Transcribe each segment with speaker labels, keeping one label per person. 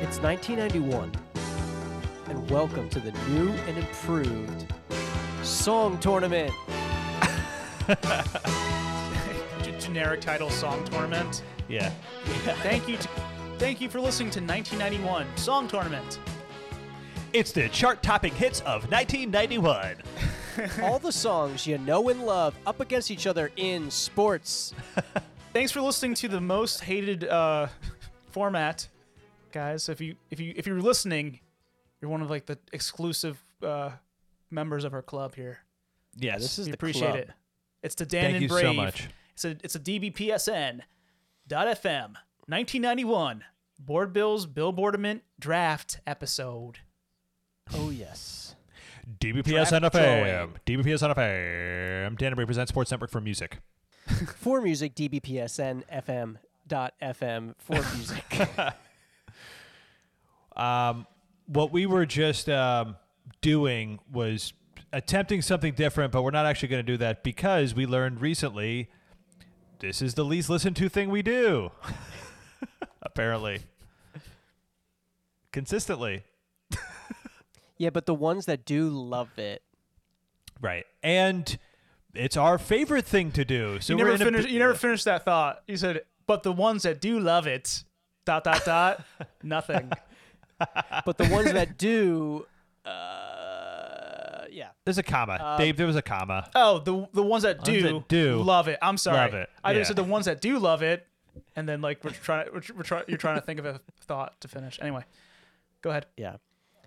Speaker 1: It's 1991, and welcome to the new and improved Song Tournament.
Speaker 2: G- generic title song tournament.
Speaker 3: Yeah.
Speaker 2: Thank you, t- thank you for listening to 1991 song tournament.
Speaker 3: It's the chart topping hits of 1991.
Speaker 1: All the songs you know and love up against each other in sports.
Speaker 2: Thanks for listening to the most hated uh, format, guys. If you if you if you're listening, you're one of like the exclusive uh, members of our club here.
Speaker 3: Yes.
Speaker 1: This is
Speaker 2: We
Speaker 1: the
Speaker 2: appreciate
Speaker 1: club.
Speaker 2: it. It's the Dan
Speaker 3: Thank
Speaker 2: and
Speaker 3: you so
Speaker 2: Brave.
Speaker 3: much.
Speaker 2: It's a it's a DBPSN. Dot FM 1991 Board Bills Billboardament Draft episode.
Speaker 1: Oh yes.
Speaker 3: DBPS
Speaker 2: Draft
Speaker 3: NFM. DBPS NFM. Danbury presents Sports Network for Music.
Speaker 1: For music, DBPSN FM dot FM for music.
Speaker 3: Um, What we were just um, doing was attempting something different, but we're not actually going to do that because we learned recently this is the least listened to thing we do. Apparently. Consistently.
Speaker 1: yeah, but the ones that do love it.
Speaker 3: Right. And it's our favorite thing to do. So
Speaker 2: you
Speaker 3: we're
Speaker 2: never
Speaker 3: in a
Speaker 2: finished.
Speaker 3: bi-
Speaker 2: you never finished that thought. You said, "But the ones that do love it, dot dot dot, nothing."
Speaker 1: But the ones that do uh yeah.
Speaker 3: There's a comma.
Speaker 2: Um,
Speaker 3: Dave, there was a comma.
Speaker 2: Oh, the the ones that do
Speaker 3: that do
Speaker 2: love it. I'm sorry.
Speaker 3: love it,
Speaker 2: I
Speaker 3: yeah.
Speaker 2: just said the ones that do love it, and then like we're trying, we're, we're trying, you're trying to think of a thought to finish. Anyway, go ahead.
Speaker 1: Yeah.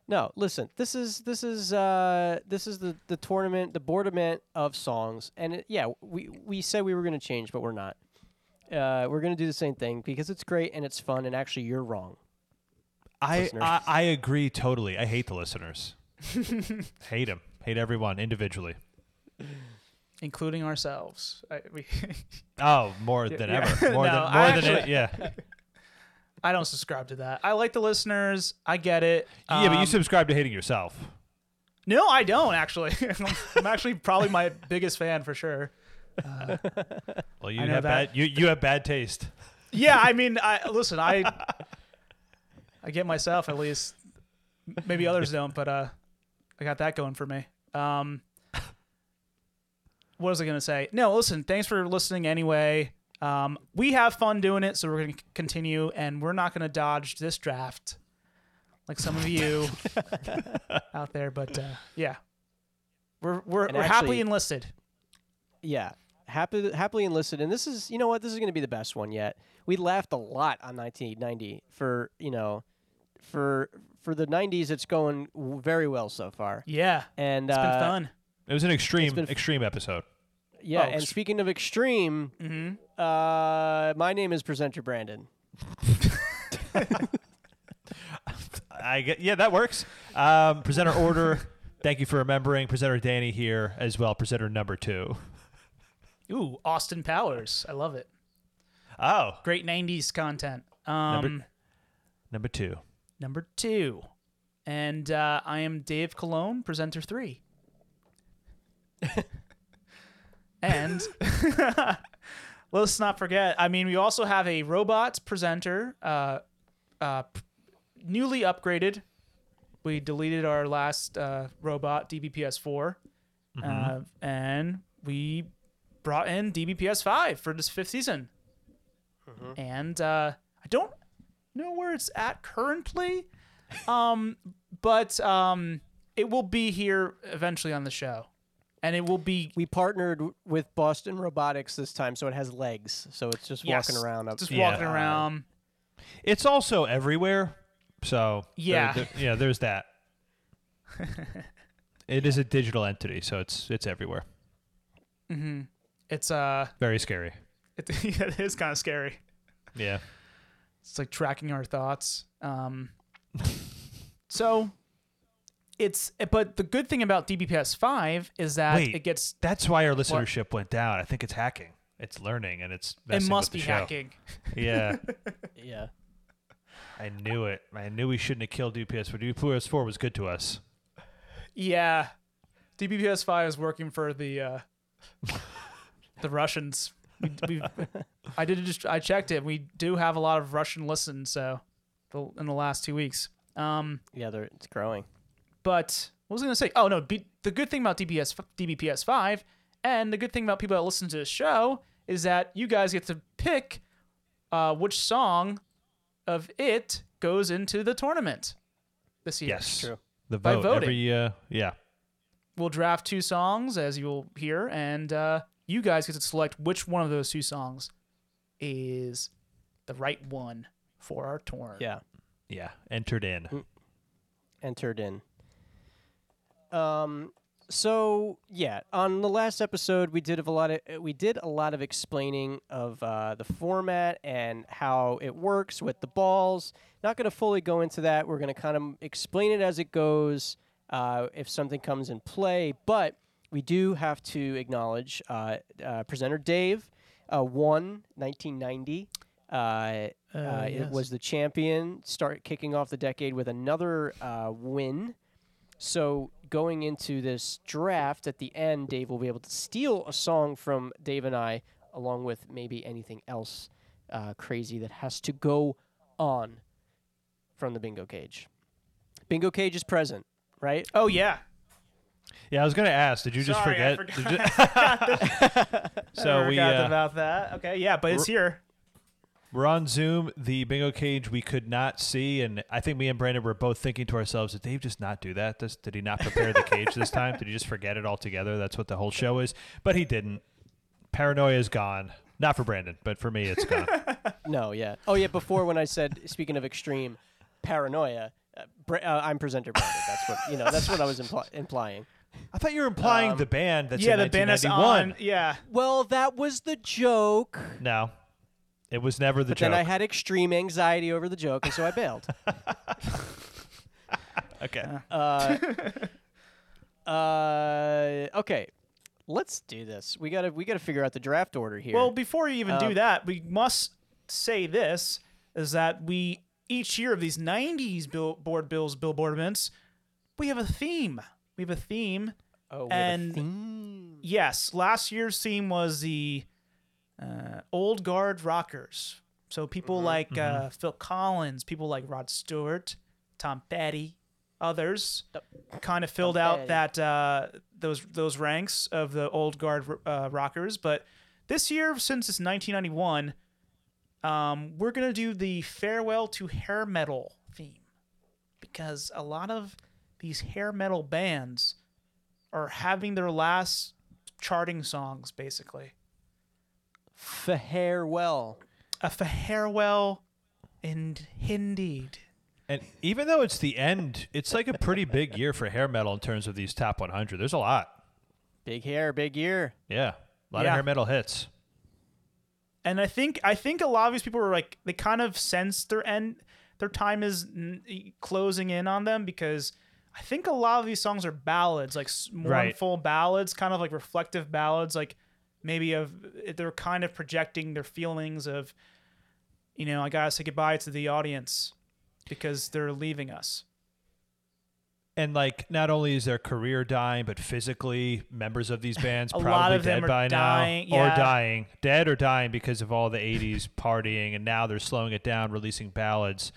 Speaker 1: No, listen. This is this is uh this is the the tournament, the boardament of songs. And it, yeah, we we said we were going to change, but we're not. Uh we're going to do the same thing because it's great and it's fun and actually you're wrong.
Speaker 3: I,
Speaker 1: Listeners.
Speaker 3: I I agree totally. I hate the listeners. hate them. Hate everyone individually.
Speaker 2: Including ourselves. I, we,
Speaker 3: Oh, more than
Speaker 2: yeah.
Speaker 3: ever. More
Speaker 2: No,
Speaker 3: than more
Speaker 2: I
Speaker 3: than
Speaker 2: actually-
Speaker 3: yeah.
Speaker 2: I don't subscribe to that. I like the listeners. I get it.
Speaker 3: yeah, but you
Speaker 2: Um,
Speaker 3: subscribe to hating yourself.
Speaker 2: No, I don't actually. I'm actually probably my biggest fan for sure.
Speaker 3: Well, you
Speaker 2: I know
Speaker 3: have
Speaker 2: that.
Speaker 3: bad you you have bad taste.
Speaker 2: Yeah, I mean, I listen. I I get myself at least. Maybe others don't, but uh, I got that going for me. Um, what was I gonna say? No, listen. Thanks for listening anyway. Um, we have fun doing it, so we're gonna c- continue, and we're not gonna dodge this draft like some of you out there. But uh, yeah, we're we're,
Speaker 1: And
Speaker 2: we're
Speaker 1: actually-
Speaker 2: happily enlisted.
Speaker 1: Yeah. Happy, happily enlisted and this is you know what this is going to be the best one yet we laughed a lot on 1990 for you know for for the 90s it's going w- very well so far
Speaker 2: Yeah,
Speaker 1: and
Speaker 2: it's
Speaker 1: uh,
Speaker 2: been fun.
Speaker 3: It was an extreme
Speaker 1: been f-
Speaker 3: extreme episode.
Speaker 1: yeah
Speaker 2: Oh,
Speaker 1: and
Speaker 2: ex-
Speaker 1: speaking of extreme
Speaker 2: Mm-hmm.
Speaker 1: uh my name is presenter brandon
Speaker 3: I get, yeah, that works. Um, presenter order. Thank you for remembering. Presenter Danny here as well. Presenter number two.
Speaker 2: Ooh, Austin Powers. I love it.
Speaker 3: Oh,
Speaker 2: great 90s content um
Speaker 3: number
Speaker 2: number,
Speaker 3: number two.
Speaker 2: two and uh, i am dave cologne presenter three and let's not forget i mean we also have a robots presenter uh uh p- newly upgraded we deleted our last uh robot dbps4 uh, and we brought in dbps5 for this fifth season and uh, I don't know where it's at currently, um, but um, it will be here eventually on the show, and it will be
Speaker 1: we partnered w- with boston robotics this time so it has legs so it's just
Speaker 2: yes,
Speaker 1: walking around up
Speaker 2: just
Speaker 3: Yeah.
Speaker 2: walking around.
Speaker 3: It's also everywhere. So there-
Speaker 2: Yeah.
Speaker 3: there- yeah, there's that. it is a digital entity, so it's it's everywhere.
Speaker 2: It's uh,
Speaker 3: Very scary.
Speaker 2: it, it is kind of scary.
Speaker 3: Yeah.
Speaker 2: It's like tracking our thoughts. Um, so it's but the good thing about DBPS five is that
Speaker 3: Wait.
Speaker 2: it gets
Speaker 3: That's why our listenership went down. I think it's hacking. It's learning and it's
Speaker 2: it
Speaker 3: messing
Speaker 2: must
Speaker 3: with the
Speaker 2: be
Speaker 3: show.
Speaker 2: hacking.
Speaker 3: Yeah.
Speaker 1: yeah
Speaker 3: I knew it. I knew we shouldn't have killed DPS, but DPS four was good to us.
Speaker 2: Yeah, DBPS five is working for the uh, the Russians. We, we, I did just I checked it. We do have a lot of Russian listens, so the, in the last two weeks. Um,
Speaker 1: Yeah, they're, it's growing.
Speaker 2: but what was I going to say? Oh no, B- the good thing about DBS f- DBPS five, and the good thing about people that listen to this show is that you guys get to pick uh, which song of it goes into the tournament this year.
Speaker 3: Yes.
Speaker 1: true.
Speaker 3: The
Speaker 2: By
Speaker 3: vote
Speaker 2: voting.
Speaker 3: every uh, yeah.
Speaker 2: We'll draft two songs as you'll hear, and uh, you guys get to select which one of those two songs is the right one for our tour.
Speaker 1: Yeah,
Speaker 3: Yeah, entered in.
Speaker 1: entered in. Um. So yeah, on the last episode, we did of a lot of we did a lot of explaining of uh, the format and how it works with the balls. Not going to fully go into that. We're going to kind of explain it as it goes. Uh, if something comes in play, but we do have to acknowledge uh, uh, presenter Dave uh, won 1990. Uh, uh, It was the champion. Start kicking off the decade with another uh, win. So going into this draft at the end, Dave will be able to steal a song from Dave and I, along with maybe anything else uh, crazy that has to go on from the bingo cage. Bingo cage is present, right?
Speaker 2: Oh yeah.
Speaker 3: Yeah, I was gonna ask. Did you just
Speaker 2: Sorry, I
Speaker 3: forget? Did you- so
Speaker 2: I
Speaker 3: we
Speaker 2: forgot
Speaker 3: uh,
Speaker 2: about that. Okay, yeah, but it's here.
Speaker 3: we're on Zoom. The bingo cage we could not see, and I think me and Brandon were both thinking to ourselves, "Did Dave just not do that? Does, did he not prepare the cage this time? Did he just forget it altogether? That's what the whole show is." But he didn't. Paranoia is gone. Not for Brandon, but for me, it's gone.
Speaker 1: No, yeah. Oh, yeah. Before when I said speaking of extreme paranoia, uh, Bra- uh, I'm presenter Brandon. That's what you know. That's what I was impli- implying.
Speaker 3: I thought you were implying the band that's
Speaker 2: Um, Yeah,
Speaker 3: in
Speaker 2: the band is
Speaker 3: 1991.
Speaker 2: on. Yeah.
Speaker 1: Well, that was the joke.
Speaker 3: No, it was never the
Speaker 1: But
Speaker 3: joke.
Speaker 1: then I had extreme anxiety over the joke, and so I bailed.
Speaker 3: okay,
Speaker 1: Uh, uh, okay, let's do this. We gotta we gotta figure out the draft order here.
Speaker 2: Well, before you even
Speaker 3: Uh,
Speaker 1: Um,
Speaker 2: do that, we must say this is that we each year of these 90s billboard bills billboard events, we have a theme. We have a theme.
Speaker 1: oh, with a
Speaker 2: and-
Speaker 1: theme.
Speaker 2: Yes, last year's theme was the uh, old guard rockers. So people like Uh, Phil Collins, people like Rod Stewart, Tom Petty, others kind of filled
Speaker 1: Tom
Speaker 2: out
Speaker 1: Petty.
Speaker 2: that uh, those those ranks of the old guard uh, rockers. But this year, since it's 1991, um, we're gonna do the farewell to hair metal theme because a lot of these hair metal bands are having their last charting songs basically
Speaker 1: farewell.
Speaker 2: a farewell in indeed
Speaker 3: and even though it's the end, it's like a pretty big year for hair metal in terms of these top 100. There's a lot.
Speaker 1: Big hair, big year.
Speaker 3: Yeah, a lot
Speaker 2: Yeah.
Speaker 3: of hair metal hits.
Speaker 2: and i think i think a lot of these people were like they kind of sense their end their time is n- e, closing in on them because i think a lot of these songs are ballads like s-
Speaker 3: Right.
Speaker 2: mournful ballads kind of like reflective ballads like maybe of they're kind of projecting their feelings of you know i gotta say goodbye to the audience because they're leaving us
Speaker 3: And like, not only is their career dying, but physically, members of these bands
Speaker 2: A
Speaker 3: probably
Speaker 2: lot of
Speaker 3: dead
Speaker 2: them are
Speaker 3: by
Speaker 2: dying,
Speaker 3: now,
Speaker 2: yeah.
Speaker 3: or dying, dead or dying because of all the '80s partying, and now they're slowing it down, releasing ballads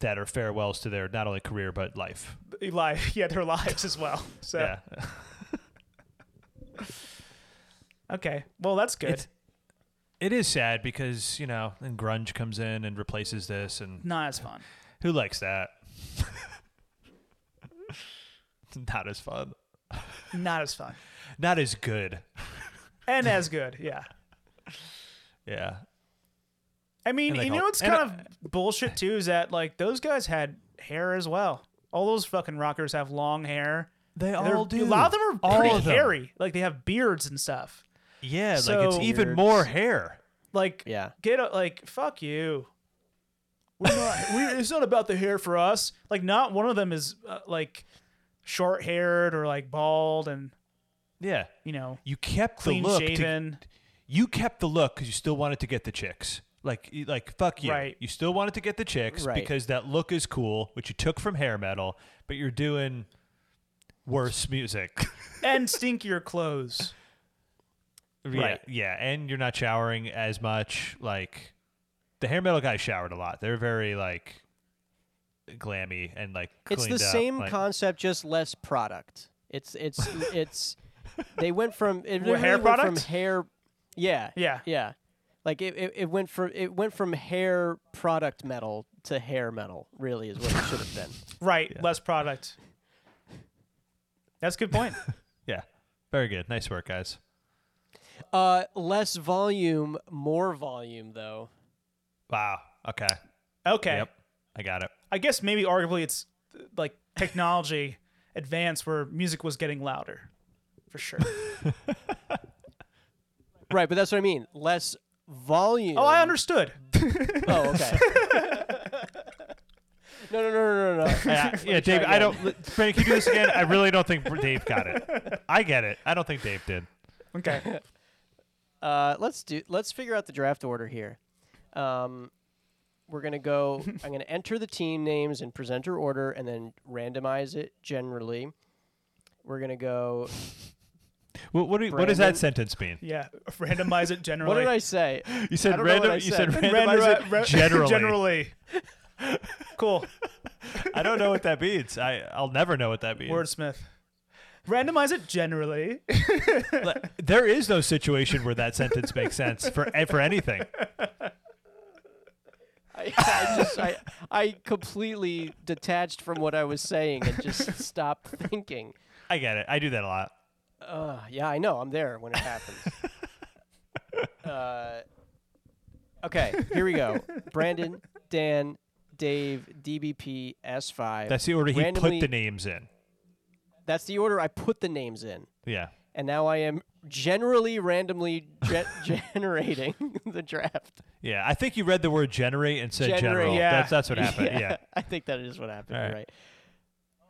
Speaker 3: that are farewells to their not only career but life.
Speaker 2: life yeah their lives as well so
Speaker 3: Yeah,
Speaker 2: okay well that's good
Speaker 3: It's- it is sad because you know, then grunge comes in and replaces this, and
Speaker 2: not as fun
Speaker 3: who likes that? not as fun,
Speaker 2: not as fun
Speaker 3: not as good.
Speaker 2: and as good yeah
Speaker 3: Yeah,
Speaker 2: i mean
Speaker 3: And they
Speaker 2: you
Speaker 3: call-
Speaker 2: know what's
Speaker 3: and
Speaker 2: kind of bullshit too is that like those guys had hair as well all those fucking rockers have long hair
Speaker 3: they
Speaker 2: They're-
Speaker 3: all do.
Speaker 2: a lot of them are
Speaker 3: All
Speaker 2: pretty
Speaker 3: of them.
Speaker 2: hairy like they have beards and stuff
Speaker 3: Yeah, like
Speaker 2: So-
Speaker 3: it's even more hair.
Speaker 2: like
Speaker 1: Yeah.
Speaker 2: get a, like fuck you we're not we it's not about the hair for us like not one of them is uh, like short haired or like bald and
Speaker 3: Yeah,
Speaker 2: you know
Speaker 3: you kept
Speaker 2: clean
Speaker 3: the look. to-
Speaker 2: shaven
Speaker 3: you kept the look because you still wanted to get the chicks. Like, you- like fuck you.
Speaker 2: Right.
Speaker 3: You still wanted to get the chicks
Speaker 1: Right.
Speaker 3: because that look is cool, which you took from hair metal, but you're doing worse music.
Speaker 2: and stinkier clothes
Speaker 3: Yeah,
Speaker 1: Right.
Speaker 3: yeah, and you're not showering as much. Like, the hair metal guys showered a lot. They're very like glammy and like
Speaker 1: It's the
Speaker 3: cleaned up,
Speaker 1: same
Speaker 3: like-
Speaker 1: concept, just less product. It's it's it's. They went from it
Speaker 2: Well,
Speaker 1: really
Speaker 2: hair
Speaker 1: went from
Speaker 2: product?
Speaker 1: hair. Yeah,
Speaker 2: Yeah.
Speaker 1: yeah. Like it, it, it went from it went from hair product metal to hair metal. Really, is what it should have been.
Speaker 2: Right. Less product. That's a good point.
Speaker 3: Yeah. Very good. Nice work, guys.
Speaker 1: Uh, less volume, more volume, though.
Speaker 3: Wow. Okay.
Speaker 2: Okay.
Speaker 3: Yep. I got it.
Speaker 2: I guess maybe arguably it's uh, like technology advance where music was getting louder, for sure.
Speaker 1: Right, but that's what I mean. Less volume.
Speaker 2: oh, I understood.
Speaker 1: Oh, okay. no, no, no, no, no, no.
Speaker 3: Yeah, yeah Dave, I don't. Brandon, can you do this again? I really don't think Dave got it. I get it. I don't think Dave did.
Speaker 2: Okay.
Speaker 1: Uh, let's do. Let's figure out the draft order here. Um, we're gonna go. I'm gonna enter the team names in presenter order and then randomize it generally. We're gonna go.
Speaker 3: What, what, do you- what does that
Speaker 1: Brandon-
Speaker 3: sentence mean?
Speaker 2: Yeah. Randomize it generally.
Speaker 1: What did I say?
Speaker 3: You said
Speaker 1: I don't know what
Speaker 3: random.
Speaker 1: I
Speaker 3: You said
Speaker 1: said. uh,
Speaker 2: Random-
Speaker 3: randomize it
Speaker 2: ra-
Speaker 3: generally.
Speaker 2: generally. cool.
Speaker 3: I don't know what that means. I I'll never know what that means.
Speaker 2: Wordsmith. Randomize it generally.
Speaker 3: Le- There is no situation where that sentence makes sense for eh, for anything.
Speaker 1: I, I just I, I completely detached from what I was saying and just stopped thinking.
Speaker 3: I get it. I do that a lot.
Speaker 1: Uh, yeah, I know. I'm there when it happens. uh, okay, here we go. Brandon, Dan, Dave, DBP, S5.
Speaker 3: That's the order he
Speaker 1: Randomly-
Speaker 3: put the names in.
Speaker 1: That's the order I put the names in,
Speaker 3: Yeah.
Speaker 1: and now I am generally randomly ge- generating the draft.
Speaker 3: Yeah. I think you read the word generate and said
Speaker 1: Generate,
Speaker 3: general.
Speaker 2: yeah.
Speaker 3: That's that's what happened. yeah.
Speaker 1: I think that is what happened.
Speaker 3: All
Speaker 1: You're
Speaker 3: right.
Speaker 1: right.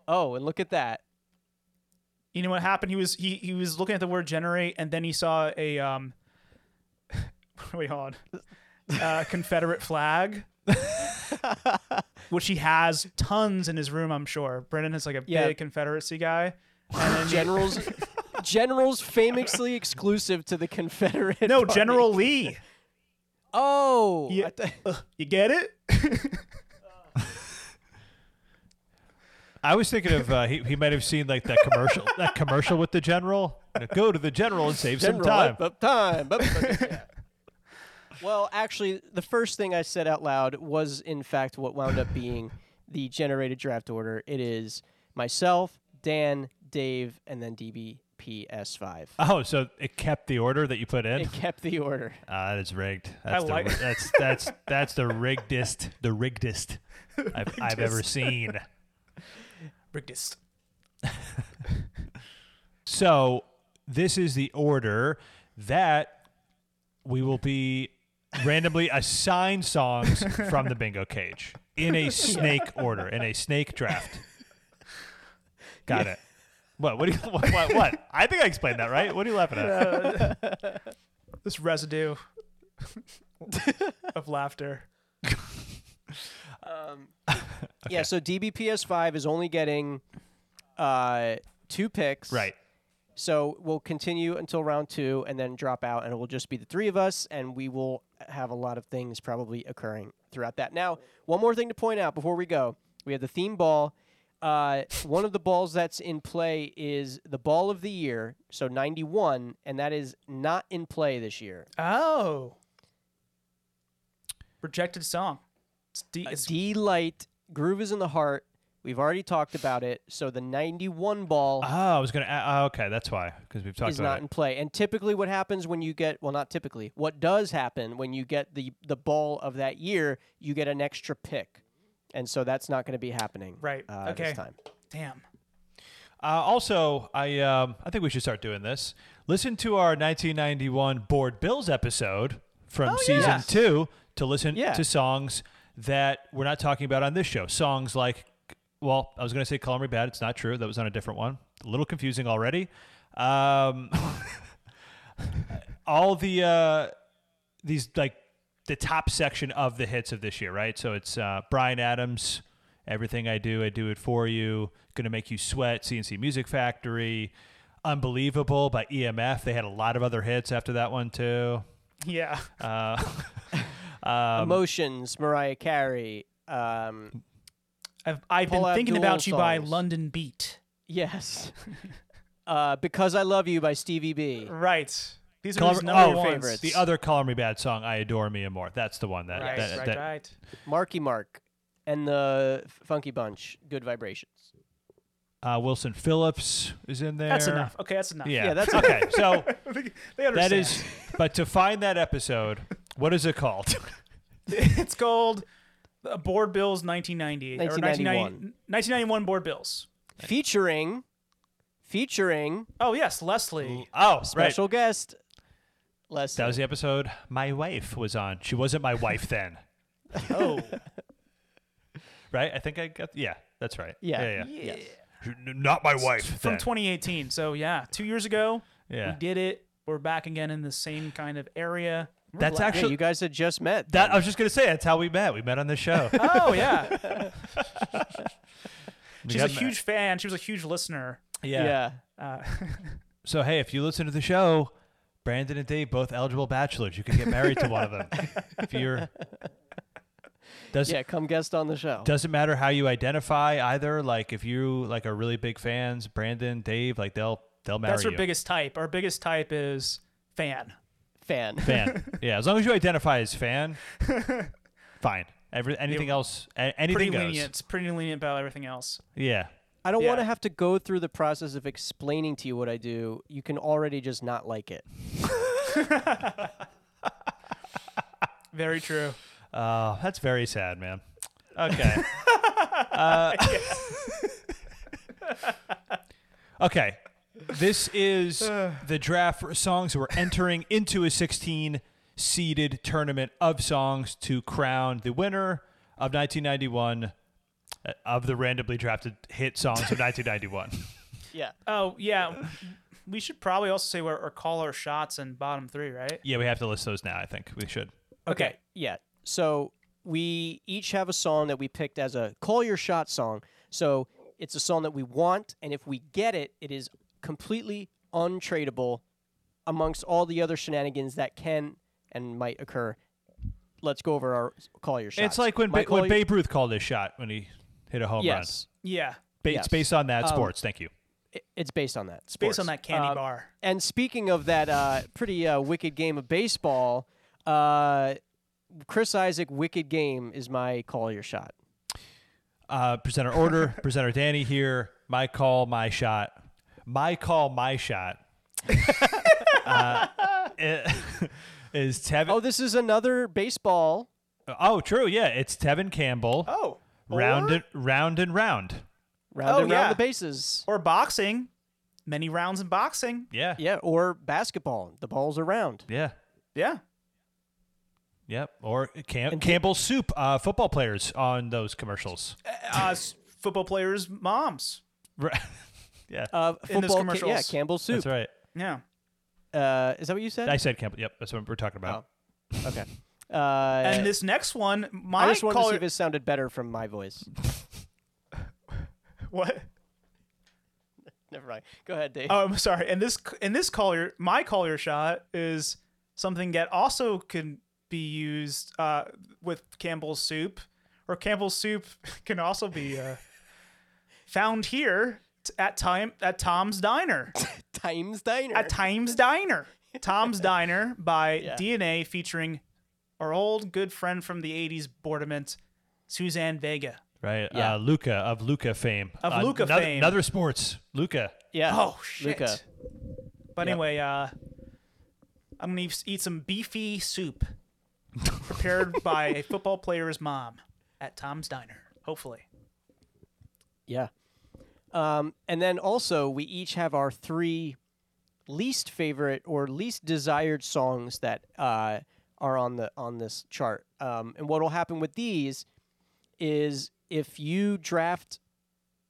Speaker 1: Oh, and look at that.
Speaker 2: you know what happened? He was he he was looking at the word generate, and then he saw a um. wait, hold on. Uh, Confederate flag, which he has tons in his room. I'm sure Brendan is like a
Speaker 1: Yeah.
Speaker 2: big Confederacy guy. And then he-
Speaker 1: Generals, generals famously exclusive to the Confederate.
Speaker 2: no,
Speaker 1: Party.
Speaker 2: General Lee.
Speaker 1: Oh,
Speaker 2: You,
Speaker 1: I th-
Speaker 2: Ugh, you get it?
Speaker 3: I was thinking of uh, he, he might have seen like that commercial that commercial with the general. Now Go to the general and save
Speaker 1: General,
Speaker 3: some time.
Speaker 1: Up, up time. up, up, yeah. Well, actually, the first thing I said out loud was, in fact, what wound up being the generated draft order. It is myself, Dan, Dave, and then DBPS5.
Speaker 3: Oh, so it kept the order that you put in.
Speaker 1: It kept the order.
Speaker 3: Ah, that is rigged. That's the
Speaker 2: like-
Speaker 3: ri- that's that's that's the riggedest the riggedest I've, I've ever seen.
Speaker 2: Brigdist.
Speaker 3: So this is the order that we will be randomly assigned songs from the bingo cage in a snake order in a snake draft. Got it. What? What, do you, what? What? What? I think I explained that right. What are you laughing at?
Speaker 2: This residue of laughter.
Speaker 1: Yeah, so DBPS5 is only getting uh, two picks.
Speaker 3: Right.
Speaker 1: So we'll continue until round two and then drop out, and it will just be the three of us, and we will have a lot of things probably occurring throughout that. Now, one more thing to point out before we go we have the theme ball. Uh, one of the balls that's in play is the ball of the year, so 91, and that is not in play this year.
Speaker 2: Oh. Rejected song. It's, D- Uh, it's
Speaker 1: Delight, Groove is in the Heart. We've already talked about it. So the 91 ball
Speaker 3: Oh, I was gonna. a- Oh, okay, that's why because we've talked
Speaker 1: is
Speaker 3: about
Speaker 1: not
Speaker 3: it.
Speaker 1: in play. And typically, what happens when you get well, not typically, what does happen when you get the the ball of that year, you get an extra pick, and so that's not going to be happening
Speaker 2: Right.
Speaker 1: uh,
Speaker 2: Okay.
Speaker 1: this time.
Speaker 2: Damn.
Speaker 3: Uh, also, I um, I think we should start doing this. Listen to our 1991 Board Bills episode from season
Speaker 1: yes.
Speaker 3: two to listen
Speaker 1: Yeah.
Speaker 3: to songs that we're not talking about on this show. Songs like, well, I was going to say "Call Me Bad." It's not true. That was on a different one. A little confusing already. Um, all the uh, these like the top section of the hits of this year, right? So it's uh, Brian Adams, Everything I Do, I Do It For You, Gonna Make You Sweat, CNC Music Factory, Unbelievable by EMF. They had a lot of other hits after that one too.
Speaker 2: Yeah.
Speaker 3: Uh, um,
Speaker 1: Emotions, Mariah Carey, um,
Speaker 2: I've, I've been
Speaker 1: Pull out
Speaker 2: thinking
Speaker 1: dual
Speaker 2: about you by
Speaker 1: songs.
Speaker 2: London Beat.
Speaker 1: Yes. uh, because I Love You by Stevie B.
Speaker 2: Right. These are
Speaker 3: Color-
Speaker 2: his number
Speaker 1: oh,
Speaker 2: ones.
Speaker 1: favorites.
Speaker 3: The other "Color Me Bad" song, "I Adore Me More." That's the one that.
Speaker 2: Right,
Speaker 3: that,
Speaker 2: right,
Speaker 3: that-
Speaker 2: right.
Speaker 1: Marky Mark and the Funky Bunch, Good Vibrations.
Speaker 3: Uh, Wilson Phillips is in there.
Speaker 2: That's enough. Okay, that's enough.
Speaker 3: Yeah,
Speaker 1: Yeah, that's-
Speaker 3: okay. So
Speaker 2: They understand.
Speaker 3: that is, but to find that episode, what is it called?
Speaker 2: it's called uh, Board Bills 1990 or 1991.
Speaker 1: 1991.
Speaker 2: 1991 Board Bills.
Speaker 1: Featuring, featuring
Speaker 2: Oh yes, Leslie.
Speaker 3: Oh, right.
Speaker 1: special guest Leslie.
Speaker 3: That was the episode my wife was on. She wasn't my wife then,
Speaker 2: Oh,
Speaker 3: right? I think I got. Yeah, that's right.
Speaker 1: Yeah.
Speaker 3: yeah. yeah.
Speaker 1: Yes.
Speaker 3: N- Not my wife
Speaker 2: from
Speaker 3: then.
Speaker 2: 2018. So yeah, two years ago
Speaker 3: yeah.
Speaker 2: we did it. We're back again in the same kind of area. We're
Speaker 3: That's
Speaker 2: glad-
Speaker 1: Yeah,
Speaker 3: actually
Speaker 1: you guys had just met.
Speaker 3: that. I was just gonna say that's how we met. We met on this show. We
Speaker 2: Oh yeah, she's a
Speaker 3: got met.
Speaker 2: huge fan. She was a huge listener.
Speaker 1: yeah.
Speaker 2: Uh,
Speaker 3: So hey, if you listen to the show, Brandon and Dave both eligible bachelors. You could get married to one of them. If you're does
Speaker 1: Yeah, come guest on the show.
Speaker 3: doesn't matter how you identify either. Like if you like are really big fans, Brandon, Dave, like they'll they'll marry
Speaker 2: that's her
Speaker 3: you.
Speaker 2: biggest type. Our biggest type is fan.
Speaker 1: Fan.
Speaker 3: fan. yeah, as long as you identify as fan, fine. Every anything else, a- anything
Speaker 2: Pretty
Speaker 3: goes.
Speaker 2: lenient. Pretty lenient about everything else.
Speaker 3: Yeah.
Speaker 1: I don't want
Speaker 2: Yeah.
Speaker 1: to have to go through the process of explaining to you what I do. You can already just not like it.
Speaker 2: Very true.
Speaker 3: Uh, that's very sad, man. Okay. uh, okay. This is the draft for songs. We're entering into a 16 seeded tournament of songs to crown the winner of 1991 uh, of the randomly drafted hit songs of 1991.
Speaker 1: Yeah.
Speaker 2: Oh yeah, we should probably also say where or call our shots and bottom three, right?
Speaker 3: yeah, we have to list those now, I think. We should.
Speaker 2: Okay.
Speaker 1: Yeah. So we each have a song that we picked as a call your shot song. So it's a song that we want, and if we get it, it is completely untradeable amongst all the other shenanigans that can and might occur. Let's go over our s- call your shot.
Speaker 3: It's like when, ba- when Babe Ruth called his shot when he hit a home run.
Speaker 1: Yes,
Speaker 2: Yeah.
Speaker 3: Ba- It's
Speaker 1: yes. Um,
Speaker 3: based on that sports. Thank you.
Speaker 1: i- it's based on that.
Speaker 2: It's based on that candy
Speaker 1: Um,
Speaker 2: bar.
Speaker 1: And speaking of that uh, pretty uh, wicked game of baseball, uh, Chris Isaac, wicked game is my call your shot.
Speaker 3: Uh, presenter order, presenter Danny here. My call, my shot. My call, my shot. uh, it- is Tevin?
Speaker 1: Oh, this is another baseball.
Speaker 3: Oh, true. Yeah, it's Tevin Campbell.
Speaker 2: Oh.
Speaker 3: round
Speaker 2: or,
Speaker 3: and round and round.
Speaker 1: round
Speaker 2: Oh,
Speaker 1: and
Speaker 2: yeah.
Speaker 1: round the bases.
Speaker 2: or boxing. Many rounds in boxing.
Speaker 3: Yeah.
Speaker 1: Yeah, or basketball. The balls are round.
Speaker 3: Yeah.
Speaker 2: Yeah.
Speaker 3: Yep. Or Cam- Campbell Soup. Uh, football players on those commercials.
Speaker 2: Uh, s- football players' moms.
Speaker 3: Right. yeah.
Speaker 1: Uh,
Speaker 2: In
Speaker 1: football,
Speaker 2: those
Speaker 1: ca- yeah,
Speaker 2: commercials.
Speaker 1: Campbell's soup.
Speaker 3: That's right.
Speaker 2: Yeah.
Speaker 1: uh, is that what you said?
Speaker 3: I said Campbell. Yep. That's what we're talking about.
Speaker 1: okay. Uh,
Speaker 2: And this next one, my
Speaker 1: I just wanted to
Speaker 2: call.
Speaker 1: see if it sounded better from my voice.
Speaker 2: what?
Speaker 1: Never mind. Go ahead, Dave.
Speaker 2: Oh, I'm sorry. And this and this caller, my caller shot is something that also can be used uh, with Campbell's soup, or Campbell's soup can also be uh, found here t- at time at Tom's Diner.
Speaker 1: Times Diner.
Speaker 2: At Times Diner. Tom's Diner by DNA featuring our old good friend from the 80s, Borderment, Suzanne Vega.
Speaker 3: Right.
Speaker 1: Yeah.
Speaker 3: Uh, Luca of Luca fame.
Speaker 2: Of
Speaker 3: Uh,
Speaker 2: Luca
Speaker 3: another-
Speaker 2: fame.
Speaker 3: Another sports. Luca.
Speaker 1: yeah.
Speaker 2: Oh, shit.
Speaker 1: Luca.
Speaker 2: But anyway, uh, I'm going to eat some beefy soup prepared by a football player's mom at Tom's Diner, hopefully.
Speaker 1: Yeah. Um, and then also, we each have our three least favorite or least desired songs that uh, are on the on this chart. Um, and what will happen with these is if you draft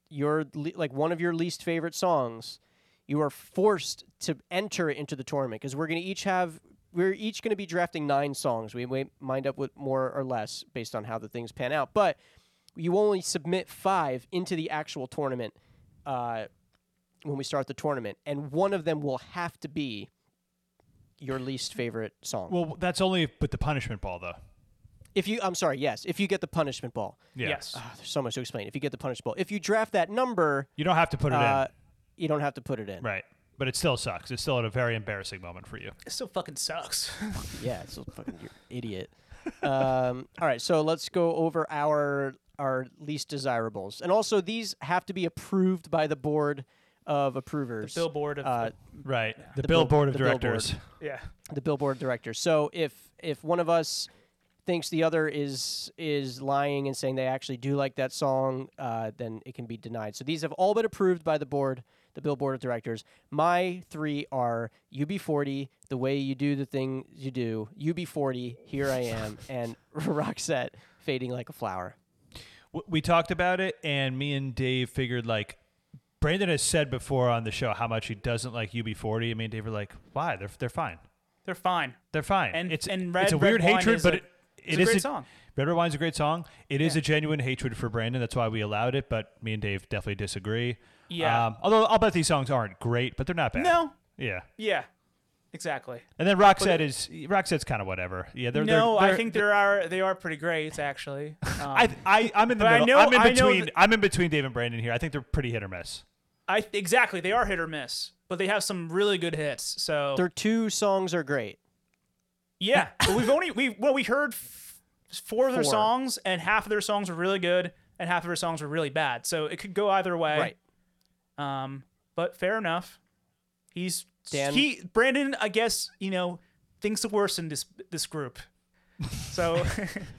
Speaker 1: your le- like one of your least favorite songs, you are forced to enter it into the tournament because we're going to each have we're each going to be drafting nine songs. We may wind up with more or less based on how the things pan out, but you only submit five into the actual tournament uh, when we start the tournament, and one of them will have to be your least favorite song.
Speaker 3: Well, that's only with the punishment ball, though.
Speaker 1: If you, I'm sorry, yes. If you get the punishment ball,
Speaker 3: Yeah. Uh,
Speaker 2: Yes.
Speaker 1: Ah, there's so much to explain. If you get the punishment ball, if you draft that number,
Speaker 3: You don't have to put it
Speaker 1: uh, you don't have to put it in.
Speaker 3: in. Right. But it still sucks. It's still at a very embarrassing moment for you.
Speaker 2: It still fucking sucks.
Speaker 1: Yeah, it's a fucking you're an idiot. Um, all right, so let's go over our our least desirables, and also these have to be approved by the board of approvers.
Speaker 2: Billboard of
Speaker 1: Uh,
Speaker 3: Right. The,
Speaker 1: The bill-
Speaker 3: billboard of
Speaker 1: the billboard.
Speaker 3: directors.
Speaker 2: yeah.
Speaker 1: the billboard director. So if if one of us thinks the other is is lying and saying they actually do like that song, uh, then it can be denied. So these have all been approved by the board, the billboard of directors. My three are UB40, the way you do the thing you do, UB40, here I am, and Roxette, fading like a flower.
Speaker 3: W- We talked about it, and me and Dave figured like Brandon has said before on the show how much he doesn't like UB40. I mean, Dave were like, why? They're they're fine.
Speaker 2: They're fine.
Speaker 3: They're fine.
Speaker 2: And-
Speaker 3: it's
Speaker 2: and
Speaker 3: it's
Speaker 2: Red-
Speaker 3: a
Speaker 2: Red
Speaker 3: weird
Speaker 2: Wine
Speaker 3: hatred,
Speaker 2: is
Speaker 3: but
Speaker 2: a-
Speaker 3: it,
Speaker 2: it's a
Speaker 3: is
Speaker 2: great song.
Speaker 3: Red Red Wine's a great song. It is a genuine hatred for Brandon. That's why we allowed it. But me and Dave definitely disagree.
Speaker 2: Yeah.
Speaker 3: Um, although I'll bet these songs aren't great, but they're not bad.
Speaker 2: No.
Speaker 3: Yeah.
Speaker 2: Yeah. Exactly.
Speaker 3: And then Roxette is Roxette's kind of whatever. Yeah. They're,
Speaker 2: no,
Speaker 3: they're,
Speaker 2: I
Speaker 3: they're-
Speaker 2: think there are they are pretty great actually. Um,
Speaker 3: I, I I'm in the
Speaker 2: But I
Speaker 3: middle.
Speaker 2: know-
Speaker 3: I'm in
Speaker 2: I know
Speaker 3: between.
Speaker 2: that-
Speaker 3: I'm in between Dave and Brandon here. I think they're pretty hit or miss.
Speaker 2: I th- exactly they are hit or miss, but they have some really good hits. So
Speaker 1: Their two songs are great.
Speaker 2: yeah, but we've only we well we heard f- four of their
Speaker 1: Four.
Speaker 2: songs, and half of their songs were really good, and half of their songs were really bad. So it could go either way.
Speaker 1: Right.
Speaker 2: Um, but fair enough. He's
Speaker 1: Dan-
Speaker 2: he Brandon. I guess you know thinks the worst in this this group, so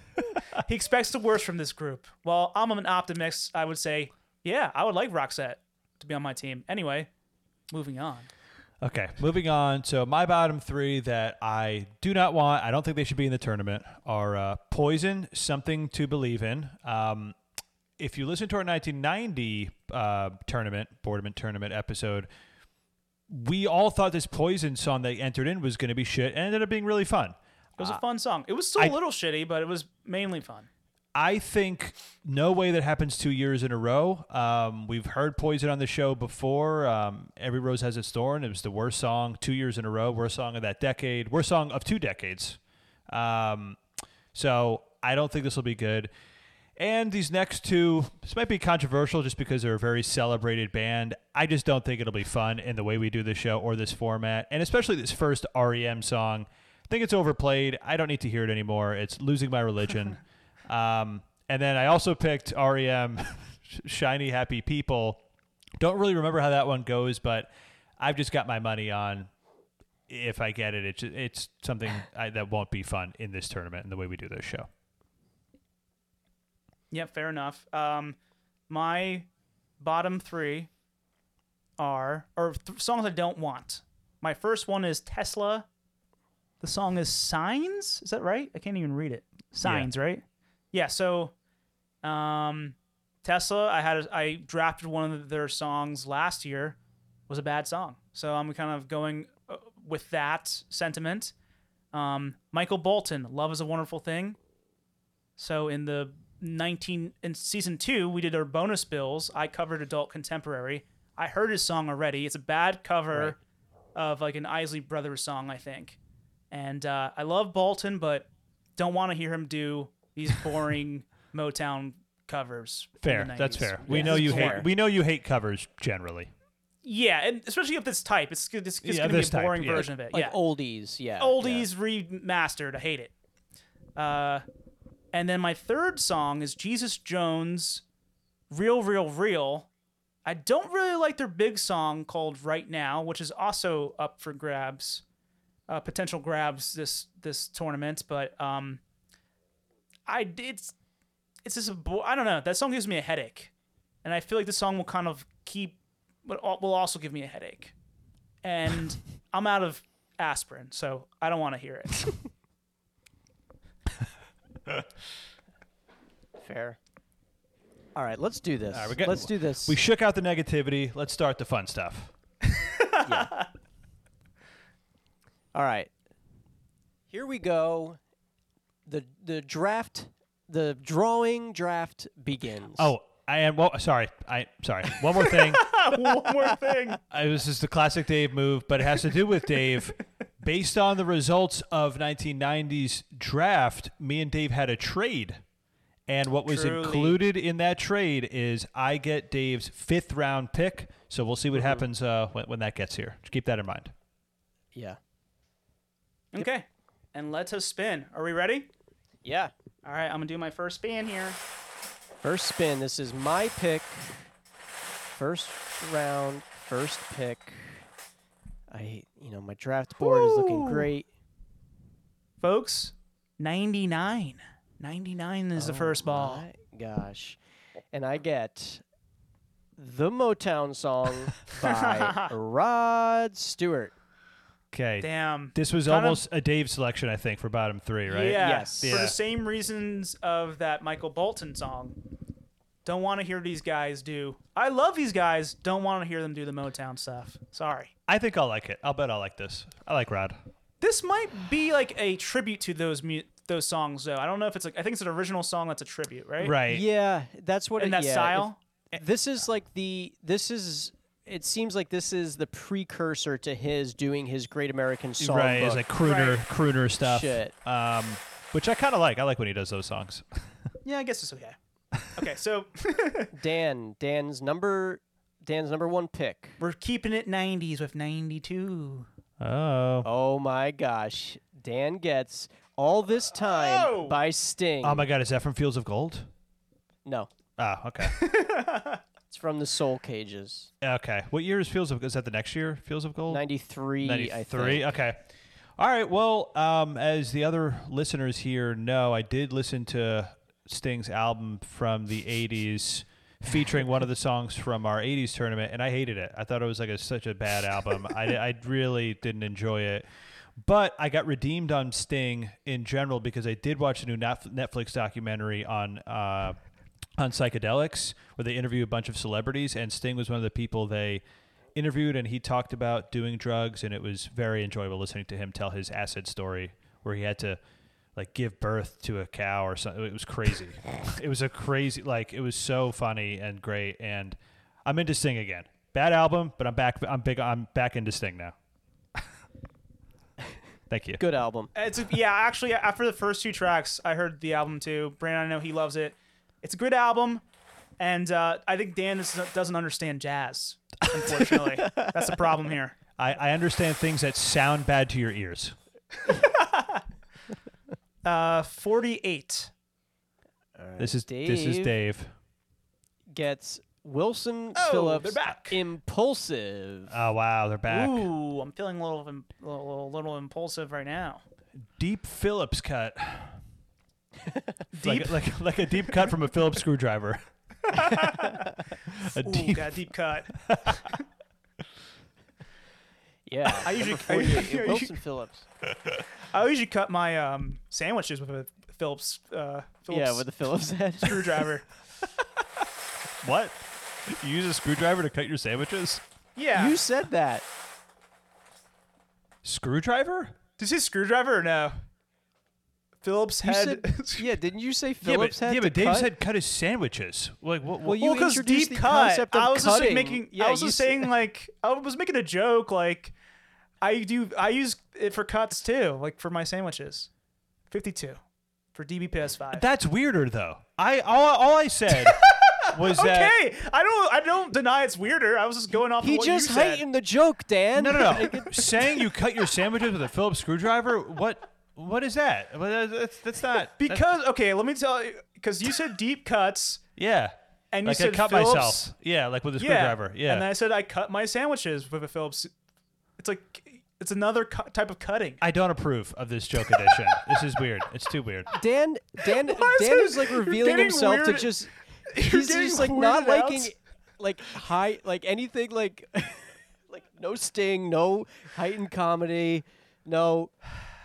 Speaker 2: he expects the worst from this group. Well, I'm an optimist. I would say, yeah, I would like Roxette to be on my team. Anyway, moving on.
Speaker 3: Okay, moving on. So my bottom three that I do not want, I don't think they should be in the tournament, are uh, Poison, Something to Believe in. Um, if you listen to our 1990 uh, tournament, Boardman tournament episode, we all thought this Poison song they entered in was going to be shit and it ended up being really fun.
Speaker 1: Uh,
Speaker 2: It was a fun song. It was still
Speaker 3: I-
Speaker 2: a little shitty, but it was mainly fun.
Speaker 3: I think no way that happens two years in a row. Um, we've heard Poison on the show before. Um, Every Rose Has Its Thorn. It was the worst song two years in a row, worst song of that decade, worst song of two decades. Um, so I don't think this will be good. And these next two, this might be controversial just because they're a very celebrated band. I just don't think it'll be fun in the way we do the show or this format, and especially this first REM song. I think it's overplayed. I don't need to hear it anymore. It's losing my religion. um, and then I also picked REM, Shiny Happy People. Don't really remember how that one goes, but I've just got my money on if I get it. It's it's something I, that won't be fun in this tournament and the way we do this show.
Speaker 2: Yeah, fair enough. Um, my bottom three are or th- songs I don't want. My first one is Tesla. The song is Signs. Is that right? I can't even read it. Signs, right? Yeah. So, um, Tesla. I had a, I drafted one of their songs last year. Was a bad song. So I'm kind of going uh, with that sentiment. Um, Michael Bolton, Love is a Wonderful Thing. So in the 19 in season 2, we did our bonus bills. I covered adult contemporary. I heard his song already. It's a bad cover of like an Isley Brothers song, I think. And uh, I love Bolton, but don't want to hear him do these boring Motown covers. in
Speaker 3: Fair.
Speaker 2: the
Speaker 3: That's
Speaker 2: 90s.
Speaker 3: fair. We
Speaker 1: Yeah.
Speaker 3: know
Speaker 1: That's
Speaker 3: you
Speaker 1: fair.
Speaker 3: hate. We know you hate covers generally.
Speaker 2: Yeah, and especially of this type. It's, it's, it's
Speaker 3: Yeah,
Speaker 2: going to be
Speaker 3: this
Speaker 2: a
Speaker 3: type,
Speaker 2: boring
Speaker 3: yeah.
Speaker 2: version of it.
Speaker 1: Like
Speaker 2: yeah.
Speaker 1: oldies, yeah.
Speaker 2: oldies remastered. I hate it. Uh, and then my third song is Jesus Jones, Real, Real, Real. I don't really like their big song called Right Now, which is also up for grabs, uh, potential grabs this this tournament. But um, I it's it's just a bo- I don't know that song gives me a headache, and I feel like this song will kind of keep, but al- will also give me a headache and I'm out of aspirin, so I don't want to hear it.
Speaker 1: Yeah. Fair. All right, let's do this.
Speaker 3: right, we're getting-
Speaker 1: let's do this.
Speaker 3: We shook out the negativity. Let's start the fun stuff.
Speaker 1: All right. Here we go. The the draft, the drawing draft begins.
Speaker 3: Oh, I am. Well, sorry. I sorry. One more thing.
Speaker 2: One more thing.
Speaker 3: I, this is the classic Dave move, but it has to do with Dave. Based on the results of 1990's draft, me and Dave had a trade. And what was
Speaker 2: Truly.
Speaker 3: included in that trade is I get Dave's fifth round pick. So we'll see what
Speaker 2: Mm-hmm.
Speaker 3: happens uh, when, when that gets here. Just keep that in mind.
Speaker 1: Yeah.
Speaker 2: Okay. And let's have spin. Are we ready?
Speaker 1: Yeah.
Speaker 2: All right, I'm gonna do my first spin here.
Speaker 1: First spin. This is my pick. First round, first pick. I, you know, my draft board is looking
Speaker 2: Woo.
Speaker 1: great.
Speaker 2: Folks, 99. 99 is the first
Speaker 1: Oh
Speaker 2: ball.
Speaker 1: My gosh. And I get the Motown song by Rod Stewart.
Speaker 3: Okay.
Speaker 2: Damn.
Speaker 3: This was
Speaker 2: Kind of-
Speaker 3: almost a Dave selection, I think, for bottom three, right?
Speaker 2: Yeah.
Speaker 1: Yes.
Speaker 2: For
Speaker 3: Yeah.
Speaker 2: the same reasons of that Michael Bolton song. Don't want to hear these guys do. I love these guys. Don't want to hear them do the Motown stuff. Sorry.
Speaker 3: I think I'll like it. I'll bet I'll like this. I like Rod.
Speaker 2: This might be like a tribute to those mu- those songs though. I don't know if it's like I think it's an original song that's a tribute, right?
Speaker 3: Right.
Speaker 1: Yeah, that's what
Speaker 2: In
Speaker 1: it,
Speaker 2: that
Speaker 1: yeah, it-
Speaker 2: style?
Speaker 1: this is like the this is it seems like this is the precursor to his doing his Great American Songbook.
Speaker 3: right. It's like crooner,
Speaker 2: Right.
Speaker 3: crooner stuff.
Speaker 1: Shit.
Speaker 3: Um, which I kind of like. I like when he does those songs.
Speaker 2: Yeah, I guess it's okay. Okay, so
Speaker 1: Dan, Dan's number Dan's number one pick.
Speaker 2: we're keeping it 90s with 92.
Speaker 3: Oh.
Speaker 1: Oh my gosh. Dan gets all this time
Speaker 2: Oh!
Speaker 1: by Sting.
Speaker 3: Oh my God, is that from Fields of Gold?
Speaker 1: no,
Speaker 3: Ah, okay,
Speaker 1: it's from the Soul Cages.
Speaker 3: okay. What year is Fields of? Is that the next year? Fields of Gold.
Speaker 1: 93, I think.
Speaker 3: Okay. All right. Well, um, as the other listeners here know, I did listen to Sting's album from the '80s, featuring one of the songs from our '80s tournament, and I hated it. I thought it was like a, such a bad album. I, I really didn't enjoy it. But I got redeemed on Sting in general because I did watch a new Nef- Netflix documentary on uh, on psychedelics where they interview a bunch of celebrities, and Sting was one of the people they interviewed, and he talked about doing drugs, and it was very enjoyable listening to him tell his acid story where he had to like give birth to a cow or something. It was crazy. it was a crazy like it was so funny and great, and I'm into Sting again. Bad album, but I'm back. I'm big. I'm back into Sting now. Thank you.
Speaker 1: Good album.
Speaker 2: It's a, yeah, actually, after the first two tracks, I heard the album too. Brandon, I know he loves it. It's a good album, and uh, I think Dan is, doesn't understand jazz. Unfortunately, that's the problem here.
Speaker 3: I, I understand things that sound bad to your ears.
Speaker 2: Uh, Forty-eight.
Speaker 3: This is this is Dave.
Speaker 1: gets Wilson
Speaker 2: Oh,
Speaker 1: Phillips
Speaker 2: they're back. Uh,
Speaker 1: impulsive.
Speaker 3: Oh wow, they're back.
Speaker 2: Ooh, I'm feeling a little, im- little, little impulsive right now.
Speaker 3: Deep Phillips cut. Like, like like a deep cut from a Phillips screwdriver. a
Speaker 2: Ooh,
Speaker 3: deep
Speaker 2: got a deep cut.
Speaker 1: yeah.
Speaker 2: I usually-
Speaker 1: number 48,
Speaker 2: I- I-
Speaker 1: Wilson Phillips.
Speaker 2: I usually cut my um, sandwiches with a Phillips, uh, Phillips
Speaker 1: Yeah, with the Phillips head.
Speaker 2: screwdriver.
Speaker 3: what? You use a screwdriver to cut your sandwiches?
Speaker 2: Yeah,
Speaker 1: you said that.
Speaker 3: Screwdriver?
Speaker 2: does his screwdriver or no? Phillips
Speaker 1: You
Speaker 2: head.
Speaker 1: said, yeah, didn't you say Phillips
Speaker 3: yeah, but,
Speaker 1: head?
Speaker 3: yeah,
Speaker 1: to
Speaker 3: but Dave
Speaker 1: cut?
Speaker 3: said cut his sandwiches. Like what?
Speaker 1: Well,
Speaker 3: what
Speaker 1: you
Speaker 2: Well, 'cause
Speaker 1: introduced
Speaker 2: deep
Speaker 1: the
Speaker 2: cut.
Speaker 1: concept of
Speaker 2: I was just
Speaker 1: cutting.
Speaker 2: like, making.
Speaker 1: Yeah,
Speaker 2: I was
Speaker 1: you
Speaker 2: just
Speaker 1: s-
Speaker 2: saying like I was making a joke like I do. I use it for cuts too, like for my sandwiches. Fifty-two for DBPS five.
Speaker 3: That's weirder though. I all, all I said was that
Speaker 2: okay, I don't. I don't deny it's weirder. I was just going off.
Speaker 1: He
Speaker 2: of what
Speaker 1: just
Speaker 2: you said.
Speaker 1: heightened the joke, Dan.
Speaker 3: No, no, no. Saying you cut your sandwiches with a Phillips screwdriver? What? What is that? Well, That's, that's not that's-
Speaker 2: because okay. Let me tell you because you said deep cuts
Speaker 3: yeah.
Speaker 2: and you
Speaker 3: Like I
Speaker 2: said
Speaker 3: cut
Speaker 2: Phillips,
Speaker 3: myself. Yeah, like with a
Speaker 2: Yeah,
Speaker 3: screwdriver. Yeah.
Speaker 2: and then I said I cut my sandwiches with a Phillips. It's like it's another cu- type of cutting.
Speaker 3: I don't approve of this joke edition. this is weird. It's too weird.
Speaker 1: Dan, Dan,
Speaker 2: Why is
Speaker 1: Dan
Speaker 2: it-
Speaker 1: is like
Speaker 2: you're
Speaker 1: revealing
Speaker 2: getting
Speaker 1: himself to
Speaker 2: weird-
Speaker 1: just.
Speaker 2: You're
Speaker 1: He's
Speaker 2: getting
Speaker 1: just like
Speaker 2: weirded
Speaker 1: not
Speaker 2: out.
Speaker 1: liking, like high, like anything, like, like no sting, no heightened comedy, no.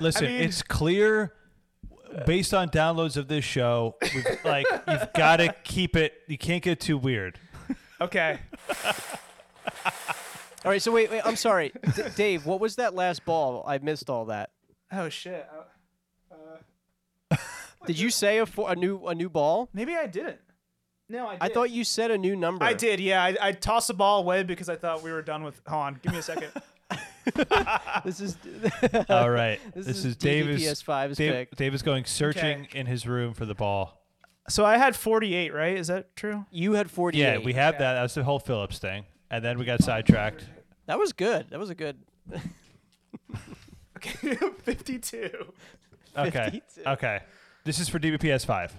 Speaker 3: Listen,
Speaker 2: mean-
Speaker 3: it's clear based on downloads of this show, we've, like you've got to keep it. You can't get too weird.
Speaker 2: Okay.
Speaker 1: All right, so wait, wait. I'm sorry, D- Dave. What was that last ball? I missed all that.
Speaker 2: Oh shit. I-
Speaker 1: Did you say a, fo- a new a new ball?
Speaker 2: Maybe I didn't. No, I did.
Speaker 1: I thought you said a new number.
Speaker 2: I did. Yeah, I, I tossed the ball away because I thought we were done with. Hold on, give me a second.
Speaker 1: this is
Speaker 3: All right.
Speaker 1: This
Speaker 3: this,
Speaker 1: is
Speaker 3: is,
Speaker 1: DD
Speaker 3: Davis.
Speaker 1: PS5's
Speaker 3: Dave,
Speaker 1: pick.
Speaker 3: Dave is going searching in his room for the ball.
Speaker 2: So I had 48, right? Is that true?
Speaker 1: you had 48.
Speaker 3: Yeah, we had that. That was the whole Phillips thing, and then we got sidetracked.
Speaker 1: that was good. That was a good.
Speaker 2: Okay, 52.
Speaker 3: Okay.
Speaker 1: 52.
Speaker 3: okay. This is for DBPS five.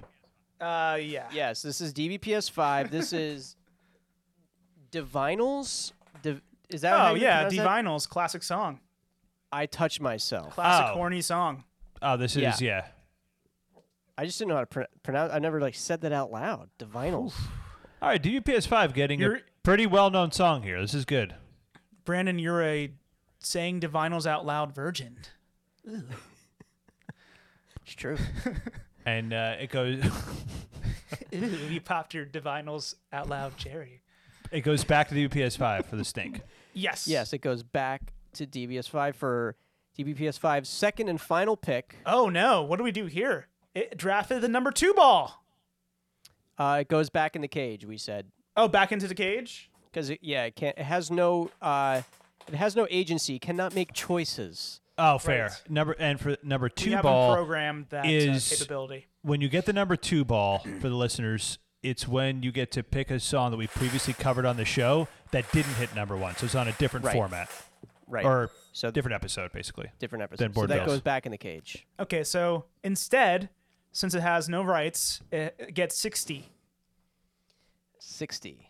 Speaker 2: Uh, yeah.
Speaker 1: Yes, this is DVPS5. This is Divinals. Div- is that? how
Speaker 2: Oh
Speaker 1: you
Speaker 2: yeah,
Speaker 1: pronounce that?
Speaker 2: Divinals, classic song,
Speaker 1: I touch myself.
Speaker 2: classic
Speaker 3: Oh.
Speaker 2: horny song.
Speaker 3: Oh, this is
Speaker 1: Yeah.
Speaker 3: yeah.
Speaker 1: I just didn't know how to pr- pronounce. I never like said that out loud. Divinals.
Speaker 3: All right, DBPS five getting
Speaker 2: You're-
Speaker 3: a pretty well known song here. This is good.
Speaker 2: Brandon, you're a saying Divinals out loud virgin.
Speaker 1: It's true.
Speaker 3: And uh, it goes
Speaker 2: Ew, you popped your Divinals out loud cherry.
Speaker 3: it goes back to DBPS five for the stink.
Speaker 2: Yes.
Speaker 1: yes, it goes back to DVS5 for DBPS5's second and final pick.
Speaker 2: Oh no, what do we do here? It drafted the number two ball.
Speaker 1: Uh, it goes back in the cage. We said
Speaker 2: Oh, back into the cage.
Speaker 1: because it, yeah, it can't. It has no. Uh, it has no agency. Cannot make choices.
Speaker 3: Oh, fair.
Speaker 2: Right.
Speaker 3: Number and for number
Speaker 2: we
Speaker 3: two
Speaker 2: haven't
Speaker 3: ball
Speaker 2: programmed that uh,
Speaker 3: is-
Speaker 2: capability.
Speaker 3: when you get the number two ball for the listeners, it's when you get to pick a song that we previously covered on the show that didn't hit number one. So it's on a different
Speaker 1: Right.
Speaker 3: format
Speaker 1: Right.
Speaker 3: or
Speaker 1: So-
Speaker 3: different episode, basically.
Speaker 1: different episode.
Speaker 3: Then
Speaker 1: so
Speaker 3: board
Speaker 1: that
Speaker 3: bills.
Speaker 1: goes back in the cage.
Speaker 2: Okay, so instead, since it has no rights, it it gets 60.
Speaker 1: Sixty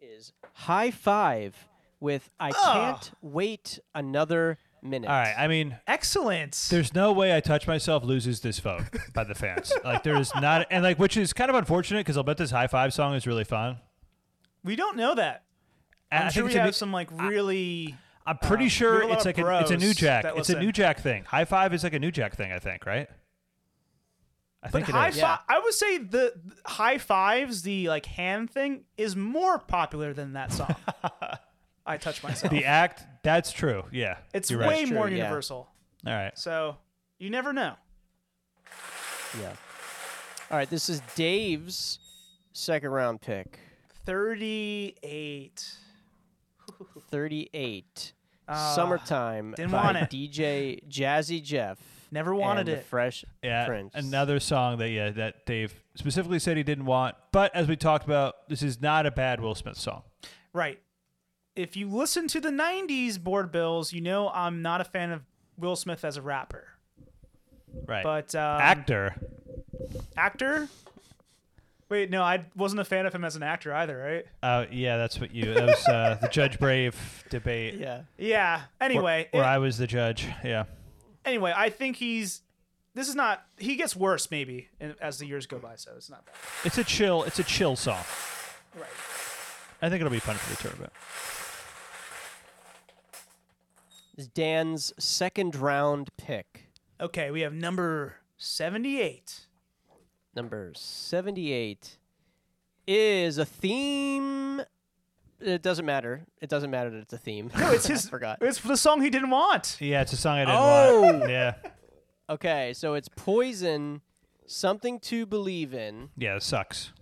Speaker 1: is high five with I can't wait another minute.
Speaker 3: All right. I mean,
Speaker 2: Excellent.
Speaker 3: there's no way I touch myself loses this vote by the fans. like there is not, and like which is kind of unfortunate because I'll bet this high five song is really fun.
Speaker 2: we don't know that.
Speaker 3: And
Speaker 2: I'm
Speaker 3: I
Speaker 2: sure
Speaker 3: think
Speaker 2: we
Speaker 3: it's a
Speaker 2: have
Speaker 3: new-
Speaker 2: some like really.
Speaker 3: I'm pretty
Speaker 2: Um, there
Speaker 3: sure
Speaker 2: are a lot
Speaker 3: it's
Speaker 2: of
Speaker 3: like a, it's a
Speaker 2: bros
Speaker 3: new jack.
Speaker 2: that
Speaker 3: It's a
Speaker 2: listen.
Speaker 3: new jack thing. High five is like a new jack thing. I think right. I
Speaker 2: But
Speaker 3: think
Speaker 2: high
Speaker 3: it is.
Speaker 2: five.
Speaker 1: Yeah.
Speaker 2: I would say the the high fives, the like hand thing, is more popular than that song. I touch myself.
Speaker 3: The act. That's true. Yeah.
Speaker 2: it's
Speaker 3: you're
Speaker 2: way
Speaker 3: right.
Speaker 1: True,
Speaker 2: more
Speaker 1: yeah.
Speaker 2: universal.
Speaker 3: All right.
Speaker 2: So you never know.
Speaker 1: Yeah. All right. This is Dave's second round pick.
Speaker 2: 38.
Speaker 1: 38
Speaker 2: Ah,
Speaker 1: summertime
Speaker 2: didn't
Speaker 1: by
Speaker 2: want it.
Speaker 1: dj jazzy jeff
Speaker 2: Never wanted
Speaker 1: and the
Speaker 2: it.
Speaker 1: fresh
Speaker 3: Yeah,
Speaker 1: prince
Speaker 3: another song that yeah that Dave specifically said he didn't want. But as we talked about, this is not a bad Will Smith song.
Speaker 2: Right. If you listen to the 90s board bills, you know I'm not a fan of Will Smith as a rapper.
Speaker 3: Right,
Speaker 2: But um,
Speaker 3: actor.
Speaker 2: actor? Wait, no, I wasn't a fan of him as an actor either, right?
Speaker 3: Uh, yeah, that's what you. That was uh, the Judge Brave debate.
Speaker 1: yeah
Speaker 2: Yeah. Anyway,
Speaker 3: where
Speaker 2: it-
Speaker 3: I was the judge. Yeah,
Speaker 2: anyway, I think he's. This is not. He gets worse maybe in- as the years go by, so it's not bad.
Speaker 3: it's a chill. It's a chill song.
Speaker 2: Right.
Speaker 3: I think it'll be fun for the tournament.
Speaker 1: This is dan's second round pick
Speaker 2: Okay, we have number 78.
Speaker 1: number 78 is a theme it doesn't matter it doesn't matter that it's a theme
Speaker 2: No, it's his.
Speaker 1: I forgot
Speaker 2: It's the song he didn't want.
Speaker 3: Yeah, it's a song I didn't
Speaker 1: Oh!
Speaker 3: want. Yeah,
Speaker 1: okay so it's poison something to believe in
Speaker 3: yeah, it sucks.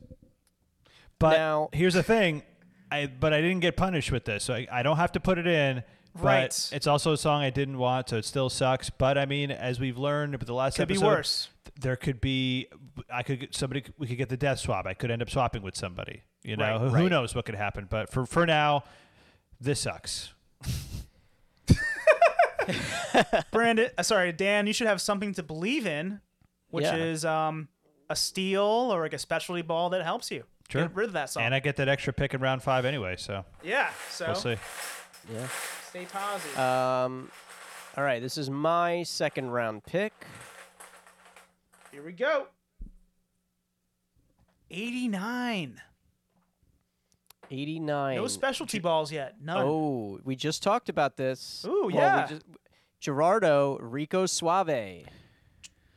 Speaker 3: But
Speaker 1: Now-
Speaker 3: here's the thing. I, but I didn't get punished with this, so I, I don't have to put it in. But
Speaker 2: Right.
Speaker 3: It's also a song I didn't want, so it still sucks. But I mean, as we've learned with the last
Speaker 2: Could be
Speaker 3: episode,
Speaker 2: worse.
Speaker 3: there could be I could get somebody we could get the death swap. I could end up swapping with somebody. You know,
Speaker 1: Right,
Speaker 3: who,
Speaker 1: right.
Speaker 3: who knows what could happen? But for for now, this sucks.
Speaker 2: Brandon, uh, sorry, Dan, you should have something to believe in, which
Speaker 1: Yeah.
Speaker 2: is um a steal or like a specialty ball that helps you.
Speaker 3: Sure.
Speaker 2: Get rid of that song.
Speaker 3: And I get that extra pick in round five anyway, so
Speaker 2: yeah. So
Speaker 3: we'll see.
Speaker 1: yeah
Speaker 2: stay tossy.
Speaker 1: um all right this is my second round pick
Speaker 2: Here we go. 89.
Speaker 1: 89
Speaker 2: No specialty balls yet. None.
Speaker 1: Oh, we just talked about this.
Speaker 2: Ooh,
Speaker 1: we
Speaker 2: yeah.
Speaker 1: just- Gerardo Rico Suave.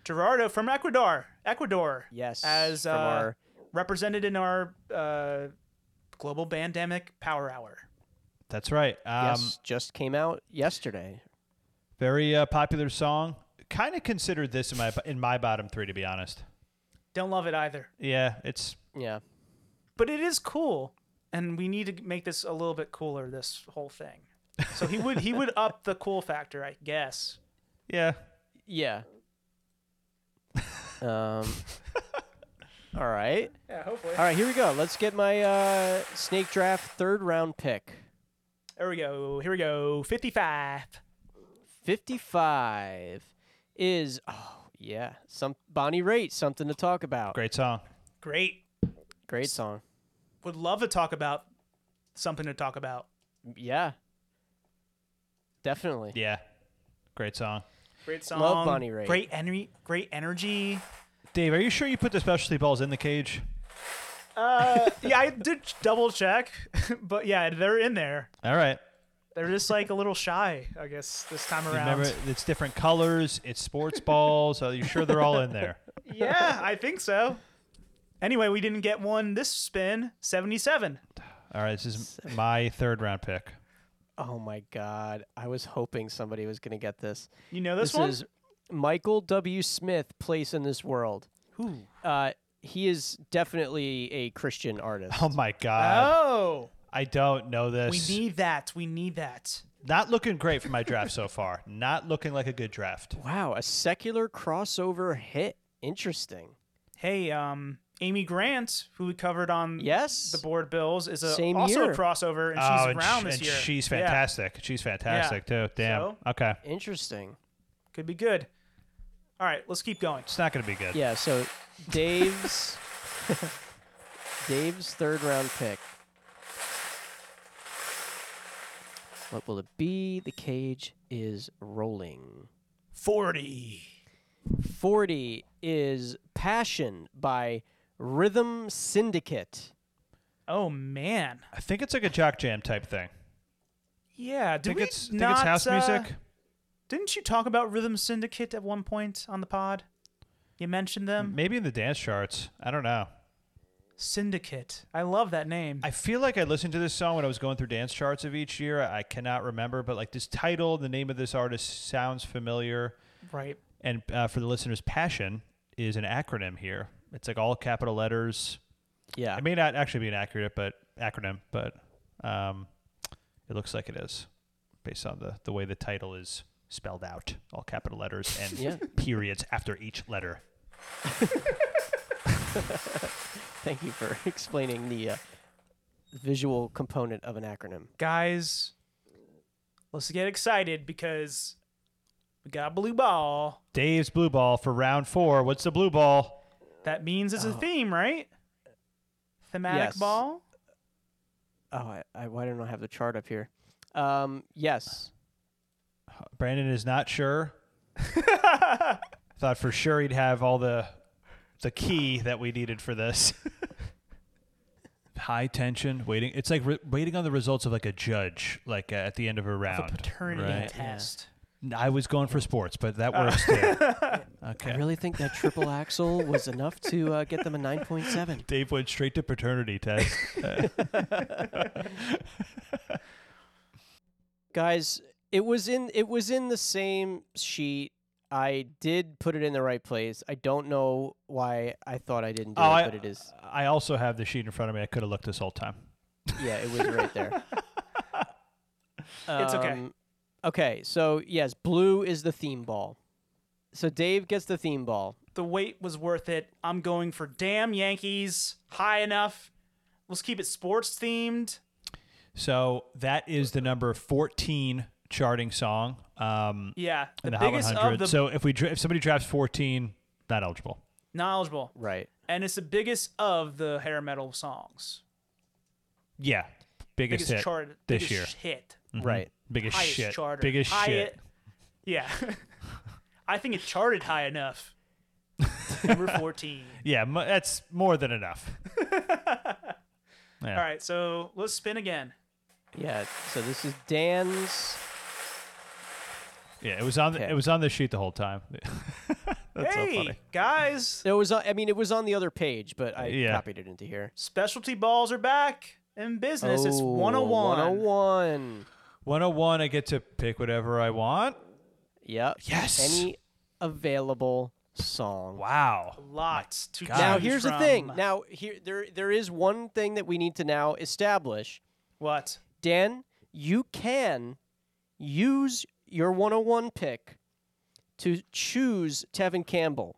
Speaker 2: Gerardo from Ecuador. Ecuador.
Speaker 1: Yes.
Speaker 2: As
Speaker 1: from
Speaker 2: uh,
Speaker 1: our-
Speaker 2: represented in our uh, global pandemic power hour.
Speaker 3: That's right. Um,
Speaker 1: yes, just came out yesterday.
Speaker 3: Very uh, popular song. Kind of considered this in my in my bottom three, to be honest.
Speaker 2: Don't love it either,
Speaker 3: Yeah, it's
Speaker 1: Yeah.
Speaker 2: but it is cool. and we need to make this a little bit cooler. This whole thing. So he would he would up the cool factor, I guess.
Speaker 3: Yeah.
Speaker 1: Yeah. um. all right.
Speaker 2: Yeah, hopefully.
Speaker 1: All right. Here we go. Let's get my uh, snake draft third round pick.
Speaker 2: There we go. Here we go. Fifty-five.
Speaker 1: 55 is oh yeah some bonnie raitt something to talk about great,
Speaker 3: Great song.
Speaker 2: Great.
Speaker 1: song
Speaker 2: Would love to talk about something to talk about.
Speaker 1: yeah definitely
Speaker 3: Yeah. Great song.
Speaker 2: Great song.
Speaker 1: Bonnie Raitt.
Speaker 2: Great energy. Great energy.
Speaker 3: Dave, are you sure you put the specialty balls in the cage?
Speaker 2: Uh, yeah, I did double check, but yeah, they're in there.
Speaker 3: All right.
Speaker 2: They're just like a little shy, I guess, this time around.
Speaker 3: Remember, it's different colors. It's sports balls. Are you sure they're all in there?
Speaker 2: Yeah, I think so. Anyway, we didn't get one this spin. Seventy-seven.
Speaker 3: All right. This is my third round pick.
Speaker 1: oh my god i was hoping somebody was gonna get this
Speaker 2: You know this,
Speaker 1: this
Speaker 2: one?
Speaker 1: is michael w smith place in this world
Speaker 2: Who?
Speaker 1: uh he is definitely a christian artist
Speaker 3: Oh my god.
Speaker 2: Oh,
Speaker 3: I don't know
Speaker 2: we
Speaker 3: this.
Speaker 2: need that. We need that.
Speaker 3: Not looking great for my draft so far. Not looking like a good draft.
Speaker 1: wow a secular crossover hit interesting
Speaker 2: Hey, um, Amy Grant, who we covered on
Speaker 1: yes
Speaker 2: Mm. the board bills, is a,
Speaker 1: Same
Speaker 2: also
Speaker 1: year.
Speaker 2: a crossover, and
Speaker 3: oh,
Speaker 2: she's
Speaker 3: and,
Speaker 2: around
Speaker 3: sh-
Speaker 2: this
Speaker 3: and
Speaker 2: year.
Speaker 3: she's
Speaker 2: Yeah,
Speaker 3: fantastic. She's fantastic too. Damn.
Speaker 2: So?
Speaker 3: Okay.
Speaker 1: interesting
Speaker 2: could be good. All right, let's keep going.
Speaker 3: It's not going to be good.
Speaker 1: Yeah, so Dave's Dave's third round pick. What will it be? The cage is rolling.
Speaker 2: Forty.
Speaker 1: 40 is Passion by Rhythm Syndicate.
Speaker 2: Oh man.
Speaker 3: I think it's like a jock jam type thing.
Speaker 2: Yeah. Did
Speaker 3: think
Speaker 2: we
Speaker 3: it's think
Speaker 2: not,
Speaker 3: it's house
Speaker 2: uh,
Speaker 3: music.
Speaker 2: Didn't you talk about Rhythm Syndicate at one point on the pod? You mentioned them.
Speaker 3: Maybe in the dance charts. I don't know.
Speaker 2: Syndicate. I love that name.
Speaker 3: I feel like I listened to this song when I was going through dance charts of each year. I cannot remember, but like this title, the name of this artist sounds familiar.
Speaker 2: right.
Speaker 3: And uh, for the listeners, passion is an acronym here. It's like all capital letters.
Speaker 1: Yeah.
Speaker 3: It may not actually be an accurate, but acronym, but um, it looks like it is based on the the way the title is spelled out, all capital letters and
Speaker 1: Yeah.
Speaker 3: periods after each letter.
Speaker 1: Thank you for explaining the uh, visual component of an acronym.
Speaker 2: Guys, let's get excited because we got a blue ball.
Speaker 3: Dave's blue ball for round four. What's the blue ball?
Speaker 2: That means it's a
Speaker 1: Oh.
Speaker 2: theme, right? Thematic
Speaker 1: Yes.
Speaker 2: ball?
Speaker 1: Oh, I, I why don't I have the chart up here? Um, yes.
Speaker 3: Brandon is not sure. Thought for sure he'd have all the the key that we needed for this. High tension, waiting. It's like re- waiting on the results of like a judge, like uh, at the end of a
Speaker 2: Of
Speaker 3: round.
Speaker 2: a paternity
Speaker 3: right?
Speaker 2: test.
Speaker 3: I was going for sports, but that works too. Okay.
Speaker 1: I really think that triple axle was enough to uh, get them a 9.7.
Speaker 3: Dave went straight to paternity test.
Speaker 1: guys it was in it was in the same sheet i did put it in the right place i don't know why i thought i didn't do
Speaker 3: Oh,
Speaker 1: it
Speaker 3: I-
Speaker 1: but it is
Speaker 3: I also have the sheet in front of me. I could have looked this whole time.
Speaker 1: yeah it was right there
Speaker 2: It's okay.
Speaker 1: Um, okay so yes blue is the theme ball so dave gets the theme ball
Speaker 2: The wait was worth it. I'm going for damn Yankees. High enough. Let's keep it sports themed.
Speaker 3: So that is the number 14 charting song um,
Speaker 2: Yeah. The,
Speaker 3: in the Hot
Speaker 2: biggest of
Speaker 3: 100.
Speaker 2: the
Speaker 3: so if we dra- if somebody drafts 14, not eligible.
Speaker 2: knowledgeable.
Speaker 1: right
Speaker 2: and it's the biggest of the hair metal songs.
Speaker 3: Yeah, biggest,
Speaker 2: Biggest
Speaker 3: hit
Speaker 2: chart
Speaker 3: this
Speaker 2: biggest
Speaker 3: year.
Speaker 2: Hit
Speaker 1: right
Speaker 3: biggest
Speaker 2: highest
Speaker 3: shit.
Speaker 2: charter.
Speaker 3: Biggest
Speaker 2: high
Speaker 3: shit.
Speaker 2: Yeah, I think it charted high enough. Number fourteen.
Speaker 3: Yeah, m- that's more than enough. Yeah.
Speaker 2: All right, so let's spin again.
Speaker 1: yeah so this is dan's
Speaker 3: Yeah, it was on the,
Speaker 1: Okay.
Speaker 3: it was on the sheet the whole time. that's
Speaker 2: hey
Speaker 3: so funny.
Speaker 2: guys,
Speaker 1: it was on, i mean it was on the other page but i
Speaker 3: Yeah.
Speaker 1: copied it into here
Speaker 2: specialty balls are back in business. it's
Speaker 1: Oh,
Speaker 2: 101.
Speaker 1: 101
Speaker 3: 101 I get to pick whatever I want.
Speaker 1: yep
Speaker 3: Yes.
Speaker 1: any available song.
Speaker 3: Wow.
Speaker 2: Lots to
Speaker 3: God.
Speaker 1: Now
Speaker 2: choose
Speaker 1: here's the
Speaker 2: from.
Speaker 1: thing. Now here there there is one thing that we need to now establish.
Speaker 2: what?
Speaker 1: Dan, you can use your 101 pick to choose Tevin Campbell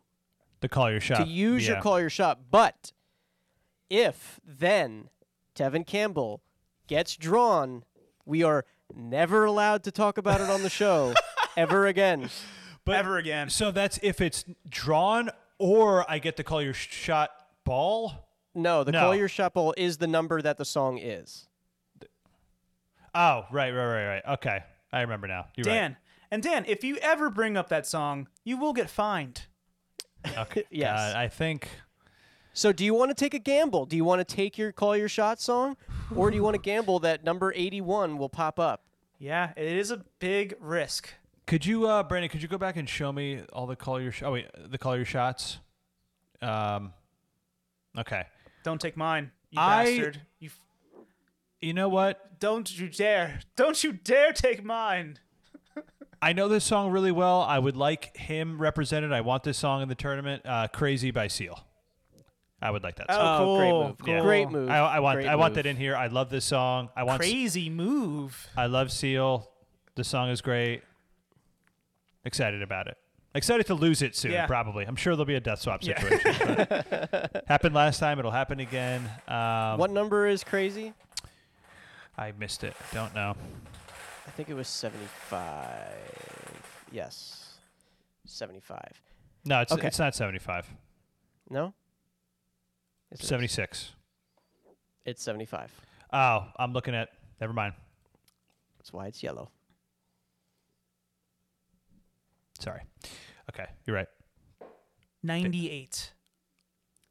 Speaker 3: To call your
Speaker 1: to
Speaker 3: shot.
Speaker 1: use
Speaker 3: Yeah.
Speaker 1: your call your shot. But if then Tevin Campbell gets drawn, we are never allowed to talk about it on the show ever again.
Speaker 3: But-
Speaker 2: Ever again.
Speaker 3: So that's if it's drawn or I get to call your sh- shot ball.
Speaker 1: No, the
Speaker 3: No.
Speaker 1: call your shot ball is the number that the song is.
Speaker 3: Oh, right, right, right, right. Okay. I remember now. You're
Speaker 2: Dan. And Dan, if you ever bring up that song, you will get fined.
Speaker 3: right. Okay.
Speaker 1: Yes.
Speaker 3: God, I think
Speaker 1: So do you want to take a gamble? Do you want to take your call your shot song or do you want to gamble that number 81 will pop up?
Speaker 2: Yeah, it is a big risk.
Speaker 3: Could you, uh, Brandon? Could you go back and show me all the call your sh- oh wait the call your shots? Um, okay.
Speaker 2: Don't take mine, you
Speaker 3: I-
Speaker 2: bastard. You f-
Speaker 3: You know what?
Speaker 2: don't you dare. Don't you dare take mine.
Speaker 3: I know this song really well. I would like him represented. I want this song in the tournament. Uh, Crazy by Seal. I would like that.
Speaker 2: Oh,
Speaker 3: Song.
Speaker 1: Oh, great
Speaker 2: cool,
Speaker 1: move.
Speaker 2: cool.
Speaker 1: Yeah. Great move.
Speaker 3: I, I want.
Speaker 1: Great
Speaker 3: I want
Speaker 1: move.
Speaker 3: that in here. I love this song. I
Speaker 2: Oh,
Speaker 3: want.
Speaker 2: Crazy move.
Speaker 3: I love Seal. The song is great. Excited about it. Excited to lose it soon,
Speaker 2: Yeah.
Speaker 3: probably. I'm sure there'll be a death swap
Speaker 2: Yeah.
Speaker 3: situation. but happened last time. It'll happen again. Um,
Speaker 1: What number is crazy?
Speaker 3: I missed it. Don't know.
Speaker 1: I think it was 75. Yes. 75.
Speaker 3: No, it's
Speaker 1: Okay.
Speaker 3: it's not 75.
Speaker 1: No? Yes, it is.
Speaker 3: 76.
Speaker 1: It's 75.
Speaker 3: Oh, I'm looking at. Never mind.
Speaker 1: That's why it's yellow.
Speaker 3: Sorry. Okay, you're right.
Speaker 2: 98.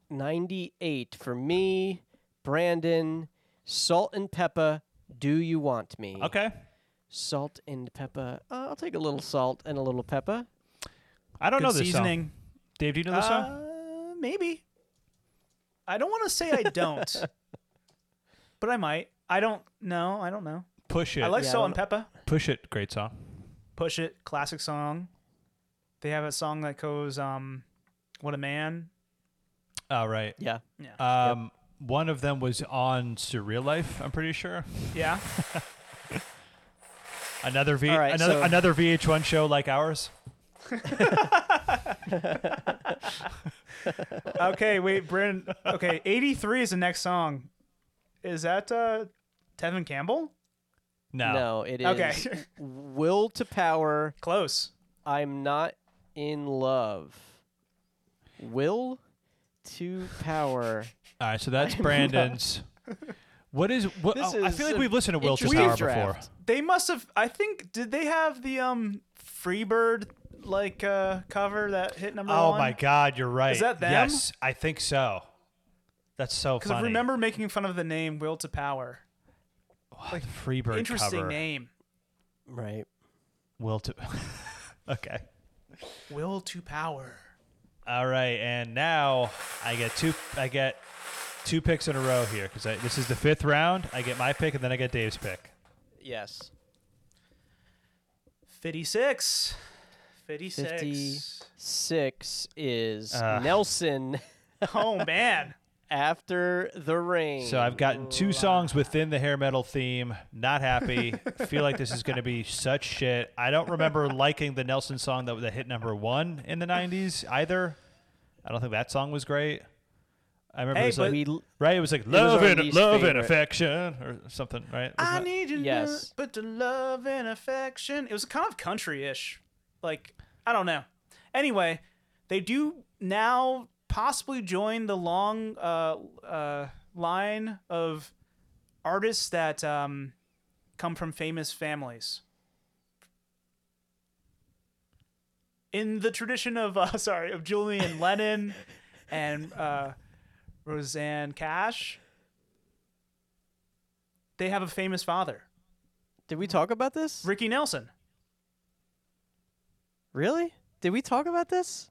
Speaker 1: 98 for me, Brandon, Salt and Peppa, Do You Want Me?
Speaker 3: Okay.
Speaker 1: Salt and Peppa. Uh, I'll take a little salt and a little Peppa.
Speaker 3: I don't
Speaker 2: Good
Speaker 3: know this
Speaker 2: seasoning.
Speaker 3: song. Dave, do you know this song?
Speaker 2: Uh, maybe. I don't want to say I don't, but I might. I don't know. I don't know.
Speaker 3: Push it.
Speaker 2: I like
Speaker 1: Yeah, I
Speaker 2: Salt
Speaker 1: don't
Speaker 2: and Peppa.
Speaker 3: Push it. Great song.
Speaker 2: Push It, classic song. They have a song that goes, um, What a Man.
Speaker 3: All right.
Speaker 1: Yeah.
Speaker 2: Yeah.
Speaker 3: Um, one of them was on Surreal Life. I'm pretty sure.
Speaker 2: yeah.
Speaker 3: Another V.
Speaker 1: All right,
Speaker 3: another
Speaker 1: so-
Speaker 3: another VH1 show like ours.
Speaker 2: Okay, wait, Bryn. Okay, 83 is the next song. Is that uh, Tevin Campbell?
Speaker 3: No.
Speaker 1: No, it is
Speaker 2: Okay.
Speaker 1: Will to Power,
Speaker 2: Close.
Speaker 1: I'm Not in Love. Will to Power.
Speaker 3: All right. So that's Brandon's. What is what?
Speaker 1: This
Speaker 3: oh, I
Speaker 1: is
Speaker 3: feel like
Speaker 1: an
Speaker 3: we've listened to Will to
Speaker 1: interesting
Speaker 3: Power before.
Speaker 1: draft.
Speaker 2: They must have, I think, did they have the um Freebird like uh, cover that hit number one?
Speaker 3: Oh my God, you're right.
Speaker 2: that them?
Speaker 3: Yes, I think so. That's so
Speaker 2: Because I
Speaker 3: funny.
Speaker 2: remember making fun of the name Will to Power.
Speaker 3: like Oh, Freebird
Speaker 2: Interesting
Speaker 3: cover.
Speaker 2: name.
Speaker 1: Right.
Speaker 3: Will to. okay.
Speaker 2: Will to Power.
Speaker 3: All right, and now I get two. I get two picks in a row here because this is the fifth round. I get my pick, and then I get Dave's pick.
Speaker 1: Yes.
Speaker 2: 56. 56.
Speaker 1: 56 is
Speaker 3: Ah.
Speaker 1: Nelson
Speaker 2: Oh man.
Speaker 1: After the Rain.
Speaker 3: So I've gotten two songs within the hair metal theme. Not happy. Feel like this is going to be such shit. I don't remember liking the Nelson song that was a hit number one in the '90s either. I don't think that song was great. I remember
Speaker 2: Hey,
Speaker 3: it was
Speaker 2: but-
Speaker 3: like,
Speaker 1: we l-
Speaker 3: right. It was like
Speaker 1: our
Speaker 3: love and
Speaker 1: least
Speaker 3: love and
Speaker 1: favorite.
Speaker 3: affection or something, right?
Speaker 2: I
Speaker 3: Wasn't it-
Speaker 2: need you,
Speaker 1: Yes.
Speaker 2: to, but the love and affection. It was kind of country-ish, like I don't know. Anyway, they do now possibly join the long uh, uh, line of artists that um, come from famous families. In the tradition of uh, sorry of Julian Lennon and uh, Roseanne Cash, they have a famous father.
Speaker 1: Did we talk about this?
Speaker 2: Ricky Nelson.
Speaker 1: Really? Did we talk about this?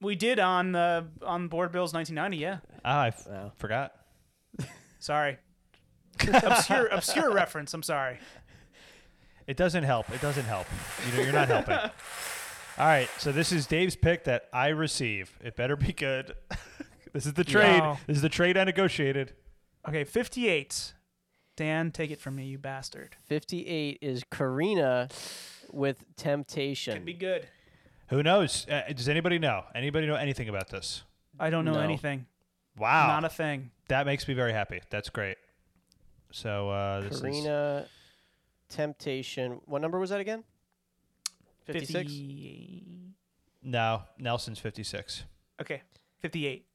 Speaker 2: We did on the on Board Bills 1990. Yeah,
Speaker 3: Ah, I f-
Speaker 1: Wow.
Speaker 3: forgot.
Speaker 2: sorry. obscure obscure reference. I'm sorry.
Speaker 3: It doesn't help. It doesn't help. You know, you're not helping. All right, so this is Dave's pick that I receive. It better be good. this is the trade.
Speaker 2: Wow.
Speaker 3: This is the trade I negotiated.
Speaker 2: Okay, 58. Dan, take it from me, you bastard.
Speaker 1: 58 is Karina with Temptation.
Speaker 2: Could be good.
Speaker 3: Who knows? Uh, does anybody know? Anybody know anything about this?
Speaker 2: I don't know
Speaker 1: No.
Speaker 2: anything.
Speaker 3: Wow,
Speaker 2: Not a thing.
Speaker 3: that makes me very happy. That's great. So uh, this is
Speaker 1: Karina, Temptation. What number was that again? 56?
Speaker 2: 50
Speaker 3: no Nelson's fifty-six.
Speaker 2: Okay, 58.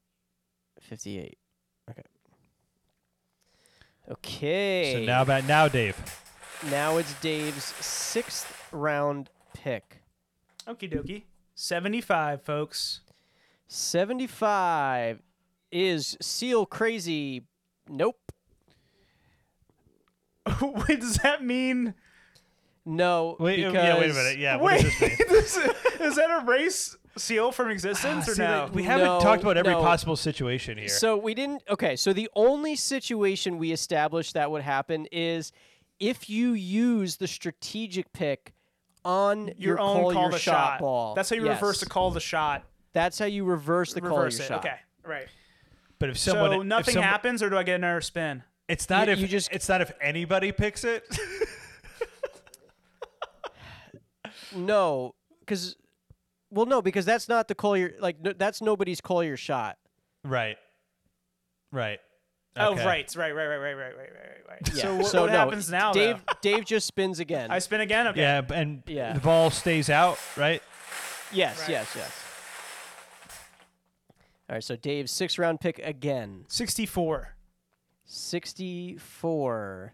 Speaker 1: 58. Okay. Okay.
Speaker 3: So now about now, Dave.
Speaker 1: now it's Dave's sixth round pick.
Speaker 2: Okie dokie. 75, folks.
Speaker 1: 75 is Seal Crazy. Nope.
Speaker 2: Wait, does that mean.
Speaker 1: No.
Speaker 3: Wait,
Speaker 1: because
Speaker 3: yeah, wait a minute. Yeah,
Speaker 2: Wait,
Speaker 3: what does this mean?
Speaker 2: is, is that a race seal from existence or
Speaker 3: Ah, See,
Speaker 2: no?
Speaker 3: like, we haven't
Speaker 1: No,
Speaker 3: talked about every
Speaker 1: no.
Speaker 3: possible situation here.
Speaker 1: So we didn't. Okay. So the only situation we established that would happen is if you use the strategic pick on
Speaker 2: your,
Speaker 1: your,
Speaker 2: own call,
Speaker 1: your
Speaker 2: the
Speaker 1: shot,
Speaker 2: shot.
Speaker 1: ball.
Speaker 2: That's how you
Speaker 1: Yes.
Speaker 2: reverse the call the shot.
Speaker 1: That's how you reverse the call
Speaker 2: reverse
Speaker 1: your
Speaker 2: it.
Speaker 1: shot.
Speaker 2: Okay, right.
Speaker 3: but if someone
Speaker 2: so
Speaker 3: if
Speaker 2: nothing
Speaker 3: someone-
Speaker 2: happens, or do I get another spin?
Speaker 3: It's not
Speaker 1: You-
Speaker 3: if
Speaker 1: you just-
Speaker 3: It's not if anybody picks it.
Speaker 1: No, because well, no, because that's not the call your like no, that's nobody's call your shot.
Speaker 3: right. Right.
Speaker 2: Oh,
Speaker 3: Okay.
Speaker 2: right, right, right, right, right, right, right, right, right.
Speaker 1: Yeah.
Speaker 2: So what, what
Speaker 1: no,
Speaker 2: happens now?
Speaker 1: Dave
Speaker 2: though?
Speaker 1: Dave just spins again.
Speaker 2: I spin again. Okay.
Speaker 3: Yeah, b- and
Speaker 1: Yeah.
Speaker 3: the ball stays out, right?
Speaker 1: yes,
Speaker 2: Right.
Speaker 1: yes, yes. All right, so Dave's six round pick again.
Speaker 2: Sixty-four.
Speaker 1: 64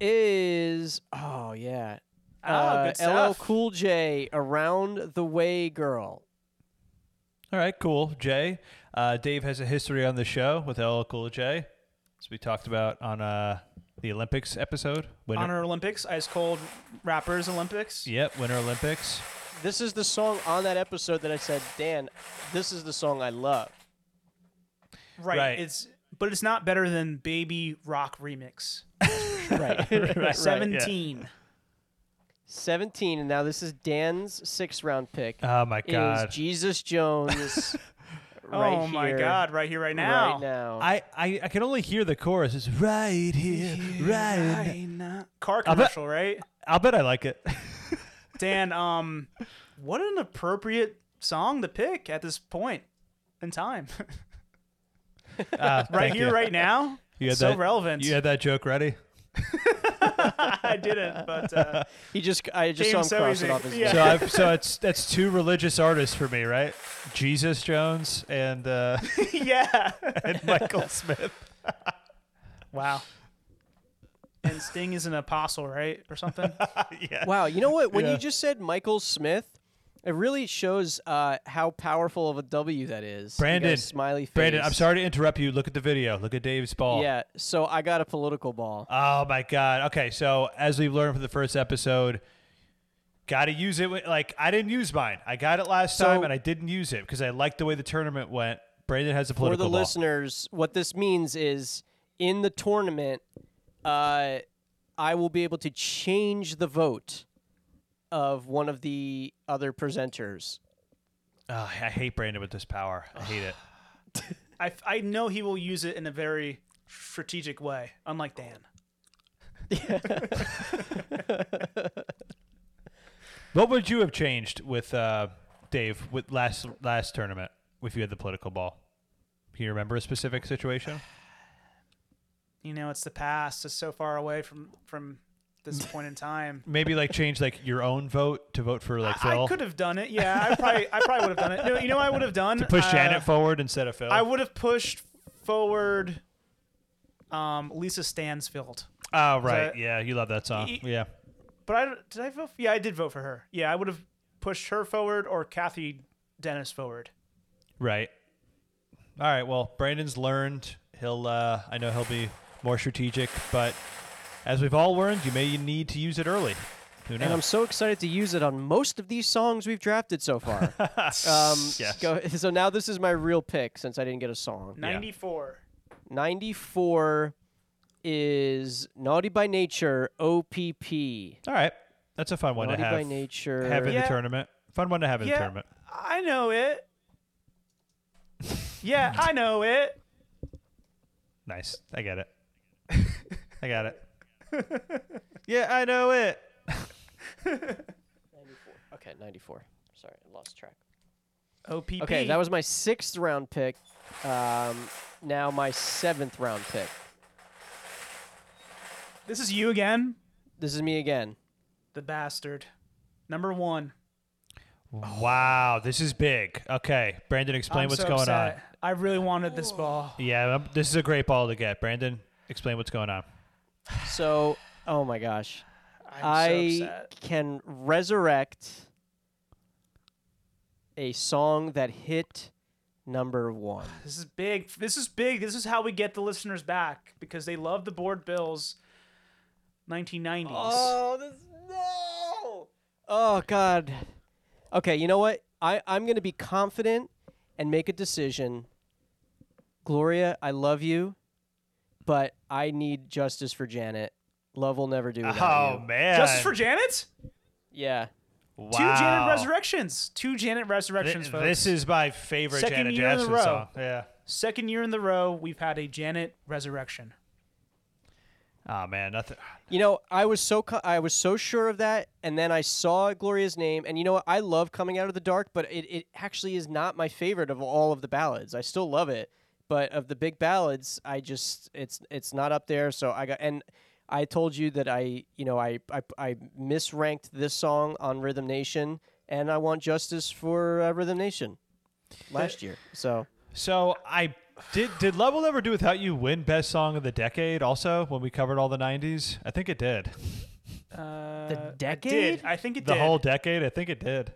Speaker 1: is oh yeah.
Speaker 2: Oh,
Speaker 1: Uh,
Speaker 2: good
Speaker 1: LL
Speaker 2: stuff.
Speaker 1: Cool J around the way girl.
Speaker 3: All right, cool. Jay, uh, Dave has a history on the show with LL Cool J, as we talked about on uh, the Olympics episode. Winter,
Speaker 2: Honor Olympics, ice cold rappers Olympics.
Speaker 3: Yep, Winter Olympics.
Speaker 1: This is the song on that episode that I said, Dan, this is the song I love.
Speaker 2: Right.
Speaker 3: Right.
Speaker 2: It's but it's not better than Baby Rock remix.
Speaker 1: Right.
Speaker 3: right,
Speaker 2: Seventeen.
Speaker 1: 17, and now this is Dan's sixth round pick.
Speaker 3: Oh my God.
Speaker 1: Is Jesus Jones right
Speaker 2: oh
Speaker 1: here,
Speaker 2: my God! Right here, right now.
Speaker 1: Right now.
Speaker 3: I, I I can only hear the chorus. It's right here, right.
Speaker 2: Right now. Car
Speaker 3: I'll bet-
Speaker 2: commercial, right?
Speaker 3: I'll bet I like it.
Speaker 2: Dan, um, what an appropriate song to pick at this point in time.
Speaker 3: Uh,
Speaker 2: right
Speaker 3: thank
Speaker 2: here,
Speaker 3: you.
Speaker 2: right now.
Speaker 3: You had
Speaker 2: so
Speaker 3: that-
Speaker 2: relevant.
Speaker 3: You had that joke ready.
Speaker 2: I didn't, but uh,
Speaker 1: he just I just
Speaker 2: Came
Speaker 1: saw him
Speaker 2: so
Speaker 1: cross
Speaker 2: easy.
Speaker 1: it off his
Speaker 2: Yeah.
Speaker 1: list.
Speaker 3: So I've, so it's that's two religious artists for me, right? Jesus Jones and uh,
Speaker 2: yeah.
Speaker 3: and Michael Smith.
Speaker 2: Wow. And Sting is an apostle, right, or something?
Speaker 3: yeah.
Speaker 1: Wow, you know what? When
Speaker 3: Yeah.
Speaker 1: you just said Michael Smith, it really shows uh, how powerful of a W that is. You got a
Speaker 3: Brandon,
Speaker 1: smiley face.
Speaker 3: Brandon, I'm sorry to interrupt you. Look at the video. Look at Dave's ball.
Speaker 1: Yeah, so I got a political ball.
Speaker 3: Oh my God. Okay, so as we've learned from the first episode, got to use it. With, like I didn't use mine. I got it last
Speaker 1: So-
Speaker 3: time, and I didn't use it because I liked the way the tournament went. Brandon has a
Speaker 1: For
Speaker 3: political
Speaker 1: the
Speaker 3: ball.
Speaker 1: listeners, what this means is in the tournament, uh, I will be able to change the vote of one of the other presenters.
Speaker 3: Ugh, Ah, I hate Brandon with this power. I hate it.
Speaker 2: I, I know he will use it in a very strategic way, unlike Dan.
Speaker 3: What would you have changed with uh, Dave with last last tournament if you had the political ball? Can you remember a specific situation?
Speaker 2: You know, it's the past. It's so far away from from this point in time.
Speaker 3: Maybe like change like your own vote to vote for like
Speaker 2: I
Speaker 3: Phil
Speaker 2: could have done it. Yeah, I probably I probably would have done it. No, you know, what I would have done
Speaker 3: push
Speaker 2: Uh,
Speaker 3: Janet forward instead of Phil.
Speaker 2: I would have pushed forward um, Lisa Stansfield.
Speaker 3: oh right,
Speaker 2: that-
Speaker 3: yeah, you love that song.
Speaker 2: E-
Speaker 3: yeah,
Speaker 2: But I did I vote? Yeah, I did vote for her. Yeah, I would have pushed her forward or Kathy Dennis forward.
Speaker 3: right. All right. Well, Brandon's learned. He'll. Uh, I know he'll be more strategic, but as we've all learned, you may need to use it early. Who knows?
Speaker 1: And I'm so excited to use it on most of these songs we've drafted so far. um,
Speaker 3: Yes.
Speaker 1: go- so now this is my real pick since I didn't get a song.
Speaker 2: Ninety four.
Speaker 1: 94 is Naughty by Nature OPP.
Speaker 3: all right. That's a fun one
Speaker 1: Naughty
Speaker 3: to have.
Speaker 1: by Nature.
Speaker 3: Have in
Speaker 2: Yeah.
Speaker 3: the tournament. Fun one to have in the
Speaker 2: Yeah,
Speaker 3: tournament.
Speaker 2: I know it. Yeah, I know it.
Speaker 3: Nice. I get it. I got it. yeah, I know it.
Speaker 1: 94. Okay, 94. Sorry, I lost track.
Speaker 2: OPP.
Speaker 1: Okay, that was my sixth round pick. Um, now my seventh round pick.
Speaker 2: This is you again,
Speaker 1: This is me again.
Speaker 2: the bastard. Number one.
Speaker 3: Wow, this is big. Okay, Brandon, explain
Speaker 2: I'm
Speaker 3: what's
Speaker 2: so
Speaker 3: going
Speaker 2: upset. I really wanted this ball.
Speaker 3: on. Yeah, um, this is a great ball to get. Brandon, explain what's going on.
Speaker 1: So, oh my gosh,
Speaker 2: I'm
Speaker 1: I
Speaker 2: so upset.
Speaker 1: can resurrect a song that hit number one.
Speaker 2: This is big. This is big. This is how we get the listeners back because they love the board bills. 1990s.
Speaker 1: Oh, this no! Oh God. Okay, you know what? I I'm gonna be confident and make a decision. Gloria, I love you, but I need justice for Janet. Love will never do without you.
Speaker 3: Oh, man.
Speaker 2: Justice for Janet?
Speaker 1: Yeah.
Speaker 3: wow.
Speaker 2: Two Janet Resurrections. Two Janet
Speaker 3: Th-
Speaker 2: Resurrections, folks.
Speaker 3: This is my favorite
Speaker 2: Second
Speaker 3: Janet
Speaker 2: year in a
Speaker 3: Jackson
Speaker 2: row.
Speaker 3: song. Yeah.
Speaker 2: Second year in the row, we've had a Janet Resurrection.
Speaker 3: Oh man, nothing.
Speaker 1: You know, I was so co- I was so sure of that, and then I saw Gloria's name, and you know what? I love coming out of the dark, but it, it actually is not my favorite of all of the ballads. I still love it, but of the big ballads, I just it's it's not up there. So I got and I told you that I you know I I, I misranked this song on Rhythm Nation, and I want justice for uh, Rhythm Nation last year. So
Speaker 3: So I did. Did Love Will Never Do Without You win Best Song of the Decade? Also, when we covered all the '90s, I think it did.
Speaker 2: Uh, it
Speaker 1: decade?
Speaker 2: Did. I think it
Speaker 3: The
Speaker 2: did.
Speaker 3: whole decade, I think it did.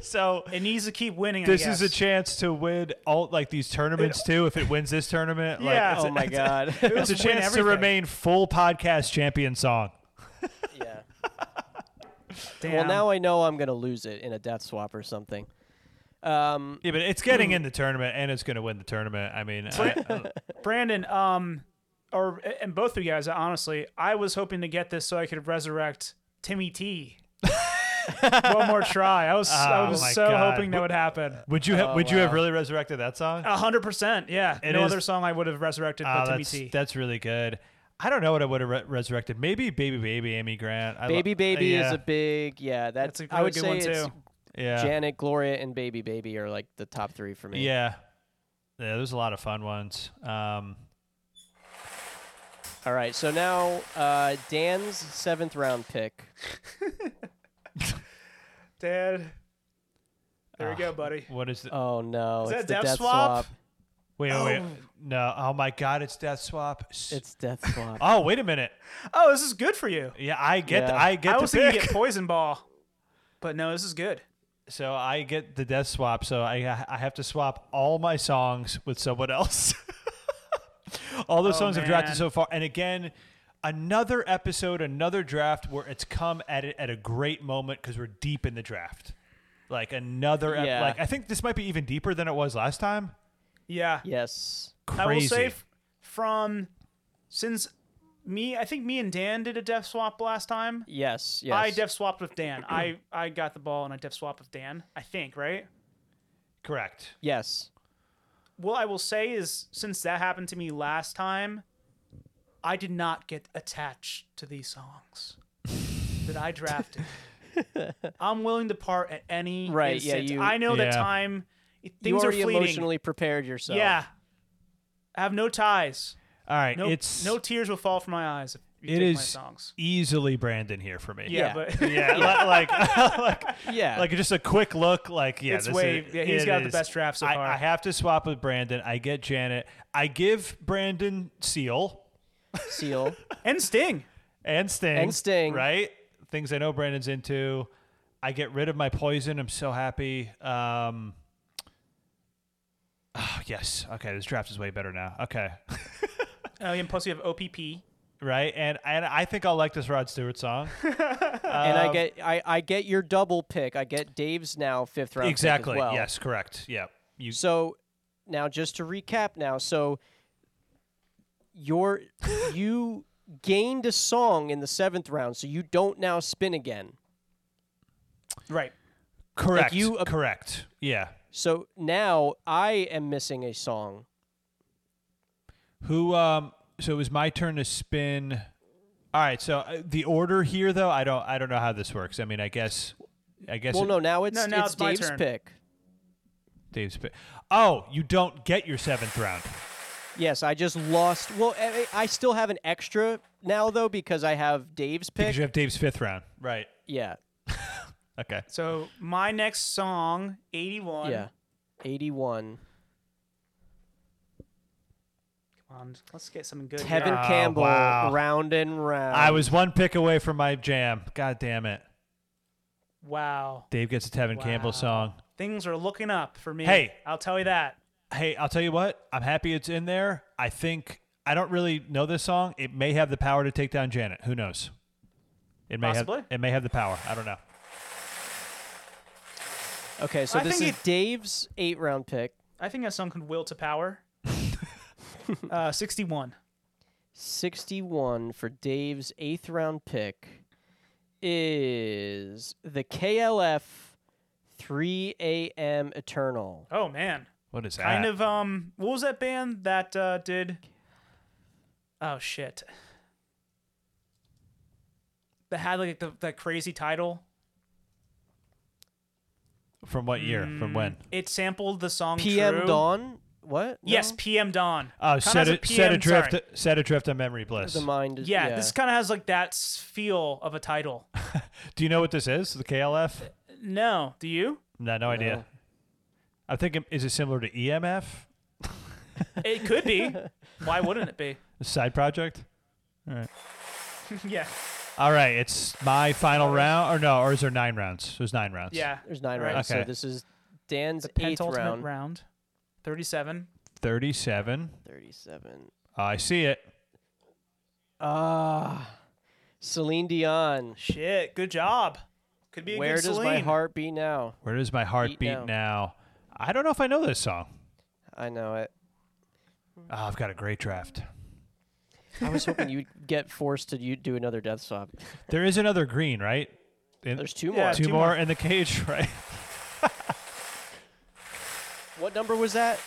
Speaker 3: so
Speaker 2: It needs to keep winning. I
Speaker 3: this is a
Speaker 2: guess.
Speaker 3: chance to win all like these tournaments too. If it wins this tournament,
Speaker 2: Yeah.
Speaker 3: like, it's,
Speaker 1: oh my god,
Speaker 3: it's a
Speaker 2: Just win
Speaker 3: chance to
Speaker 2: everything.
Speaker 3: remain full podcast champion song.
Speaker 1: yeah.
Speaker 2: Damn.
Speaker 1: Well, now I know I'm gonna lose it in a death swap or something. Um,
Speaker 3: Yeah, but it's getting in the tournament and it's going to win the tournament. I uh, mean, I,
Speaker 2: Brandon, um, or and both of you guys, honestly, I was hoping to get this so I could resurrect Timmy T. One more try. I was
Speaker 3: Oh
Speaker 2: I was
Speaker 3: my
Speaker 2: so
Speaker 3: God.
Speaker 2: hoping that would happen.
Speaker 3: would you have?
Speaker 1: Oh,
Speaker 3: would you have
Speaker 1: wow.
Speaker 3: really resurrected that song?
Speaker 2: A hundred percent. Yeah.
Speaker 3: It
Speaker 2: no
Speaker 3: is-
Speaker 2: other song I would have resurrected
Speaker 3: Oh,
Speaker 2: Oh, but Timmy
Speaker 3: that's
Speaker 2: T.
Speaker 3: that's really good. I don't know what I would have re- resurrected. Maybe Baby Baby Amy Grant. I lo- uh,
Speaker 1: baby, baby is
Speaker 3: yeah,
Speaker 1: a big yeah. That's,
Speaker 2: That's a
Speaker 1: I
Speaker 2: really
Speaker 1: would
Speaker 2: good
Speaker 1: say
Speaker 2: one,
Speaker 1: it's
Speaker 2: too.
Speaker 3: yeah.
Speaker 1: Janet, Gloria, and Baby Baby are like the top three for me.
Speaker 3: Yeah. Yeah, there's a lot of fun ones. Um,
Speaker 1: All right. So now uh, Dan's seventh round pick.
Speaker 2: Dad. There
Speaker 3: Ah.
Speaker 2: you go, buddy.
Speaker 3: what is the?
Speaker 1: Oh no,
Speaker 2: Is
Speaker 1: it's
Speaker 2: that
Speaker 1: the
Speaker 2: Death
Speaker 1: death
Speaker 2: Swap?
Speaker 1: swap.
Speaker 3: Wait, wait, wait.
Speaker 2: Oh.
Speaker 3: No. Oh my God, it's Death Swap. S-
Speaker 1: It's death swap.
Speaker 3: oh, wait a minute.
Speaker 2: Oh, this is good for you.
Speaker 3: Yeah, I get.
Speaker 1: Yeah.
Speaker 3: I get
Speaker 2: I
Speaker 3: the
Speaker 2: was thinking you
Speaker 3: pick.
Speaker 2: get poison ball. But no, this is good.
Speaker 3: so I get the Death Swap. So I I have to swap all my songs with someone else. all those
Speaker 2: Oh,
Speaker 3: songs I've drafted
Speaker 2: man.
Speaker 3: so far, and again. Another episode, another draft where it's come at it at a great moment because we're deep in the draft. Like another, ep-
Speaker 1: Yeah.
Speaker 3: like I think this might be even deeper than it was last time.
Speaker 2: Yeah.
Speaker 1: yes.
Speaker 3: Crazy.
Speaker 2: I will say f- from since me, I think me and Dan did a def swap last time.
Speaker 1: Yes. Yes.
Speaker 2: I def swapped with Dan. I I got the ball and I def swapped with Dan. I think right.
Speaker 3: Correct.
Speaker 1: yes.
Speaker 2: What I will say is since that happened to me last time, I did not get attached to these songs that I drafted. I'm willing to part at any
Speaker 1: Right, yeah,
Speaker 2: instant.
Speaker 1: you-
Speaker 2: I know that
Speaker 3: Yeah.
Speaker 2: time things
Speaker 1: You
Speaker 2: are
Speaker 1: already
Speaker 2: fleeting.
Speaker 1: emotionally prepared yourself.
Speaker 2: Yeah. I have no ties.
Speaker 3: All right,
Speaker 2: No,
Speaker 3: it's
Speaker 2: no tears will fall from my eyes if you
Speaker 3: It
Speaker 2: take my
Speaker 3: is-
Speaker 2: songs.
Speaker 3: easily Brandon here for me.
Speaker 2: Yeah,
Speaker 1: Yeah.
Speaker 2: but
Speaker 3: yeah, li- like like
Speaker 1: Yeah.
Speaker 3: like just a quick look. Like yeah,
Speaker 2: It's
Speaker 3: this
Speaker 2: way-
Speaker 3: is,
Speaker 2: yeah, he's
Speaker 3: it
Speaker 2: got the
Speaker 3: is.
Speaker 2: best draft so
Speaker 3: I,
Speaker 2: far.
Speaker 3: I have to swap with Brandon. I get Janet. I give Brandon Seal
Speaker 1: seal.
Speaker 2: and Sting.
Speaker 3: and Sting
Speaker 1: And Sting.
Speaker 3: right things I know Brandon's into. I get rid of my poison. I'm so happy. Um, oh, yes. Okay, this draft is way better now. Okay,
Speaker 2: Oh, and plus you have OPP.
Speaker 3: right, and and I think I'll like this Rod Stewart song.
Speaker 1: and I
Speaker 2: um,
Speaker 1: get I, I get your double pick. I get Dave's now fifth round. pick as
Speaker 3: exactly.
Speaker 1: well.
Speaker 3: Yes. Correct. Yeah. You
Speaker 1: So now just to recap now, so your you gained a song in the seventh round, so you don't now spin again.
Speaker 2: Right.
Speaker 3: Correct.
Speaker 1: you-
Speaker 3: correct. Yeah.
Speaker 1: So now I am missing a song.
Speaker 3: Who? Um. So it was my turn to spin. All right. So uh, the order here, though, I don't. I don't know how this works. I mean, I guess. I guess.
Speaker 1: Well,
Speaker 3: it-
Speaker 1: no, now it's
Speaker 2: No, now
Speaker 1: it's,
Speaker 2: it's my
Speaker 1: Dave's
Speaker 2: turn.
Speaker 1: pick.
Speaker 3: Dave's. Pick. Oh, you don't get your seventh round.
Speaker 1: Yes, I just lost. Well, I, I still have an extra now though because I have Dave's pick.
Speaker 3: Because you have Dave's fifth round. Right.
Speaker 1: yeah,
Speaker 3: Okay.
Speaker 2: So my next song, 81.
Speaker 1: yeah, eighty-one.
Speaker 2: Come on, let's get something good. here.
Speaker 1: Tevin
Speaker 3: Oh,
Speaker 1: Campbell,
Speaker 3: wow.
Speaker 1: round and round.
Speaker 3: I was one pick away from my jam. God damn it.
Speaker 2: Wow.
Speaker 3: Dave gets a Tevin Campbell
Speaker 2: Wow.
Speaker 3: song.
Speaker 2: Things are looking up for me.
Speaker 3: Hey.
Speaker 2: I'll tell you that.
Speaker 3: Hey, I'll tell you what. I'm happy it's in there. I think I don't really know this song. It may have the power to take down Janet. Who knows? It may
Speaker 2: Possibly.
Speaker 3: have. It may have the power. I don't know.
Speaker 1: okay. So
Speaker 2: I
Speaker 1: this is
Speaker 2: think
Speaker 1: Dave's eight-round pick.
Speaker 2: I think that song could will to power. uh, 61.
Speaker 1: 61 for Dave's eighth round pick is the KLF 3 a.m. Eternal.
Speaker 2: Oh man.
Speaker 3: What is that?
Speaker 2: Kind of um what was that band that uh did Oh shit. That had like the that crazy title.
Speaker 3: From what year? From when?
Speaker 2: It sampled the song
Speaker 1: PM
Speaker 2: True.
Speaker 1: Dawn? What?
Speaker 2: Yes,
Speaker 1: No?
Speaker 2: PM Dawn.
Speaker 3: Oh,
Speaker 2: Kinda
Speaker 3: set
Speaker 2: has a
Speaker 3: it, set
Speaker 2: PM sorry.
Speaker 3: adrift, set adrift on memory bliss.
Speaker 1: The mind is.
Speaker 2: Yeah, this kind of has like that s- feel of a title.
Speaker 3: Do you know what this is? The KLF?
Speaker 2: No, do you?
Speaker 3: No, no, idea. I think it- is it similar to E EMF?
Speaker 2: It could be. Why wouldn't it be?
Speaker 3: A side project?
Speaker 2: yeah.
Speaker 3: All right, it's my final round, or no, or is there nine rounds? There's nine rounds.
Speaker 2: Yeah.
Speaker 1: There's nine
Speaker 2: Alright.
Speaker 1: rounds. So
Speaker 3: Okay.
Speaker 1: this is Dan's
Speaker 2: The
Speaker 1: eighth
Speaker 2: penultimate
Speaker 1: round.
Speaker 2: round. 37.
Speaker 3: thirty-seven. Oh,
Speaker 1: 37.
Speaker 3: I see it.
Speaker 1: Ah. Celine Dion.
Speaker 2: Shit, good job. Could be a
Speaker 1: Where
Speaker 2: good
Speaker 1: does my
Speaker 2: Celine.
Speaker 1: heart be now?
Speaker 3: Where does my heart
Speaker 1: Beat
Speaker 3: beat,
Speaker 1: now.
Speaker 3: now. I don't know if I know this song.
Speaker 1: I know it.
Speaker 3: Oh, I've got a great draft.
Speaker 1: I was hoping you'd get forced to you do another death swap.
Speaker 3: There is another green, right? In-
Speaker 1: There's two
Speaker 2: Yeah,
Speaker 1: more.
Speaker 3: two,
Speaker 2: two
Speaker 3: more,
Speaker 2: more.
Speaker 3: in the cage, right?
Speaker 1: What number was that?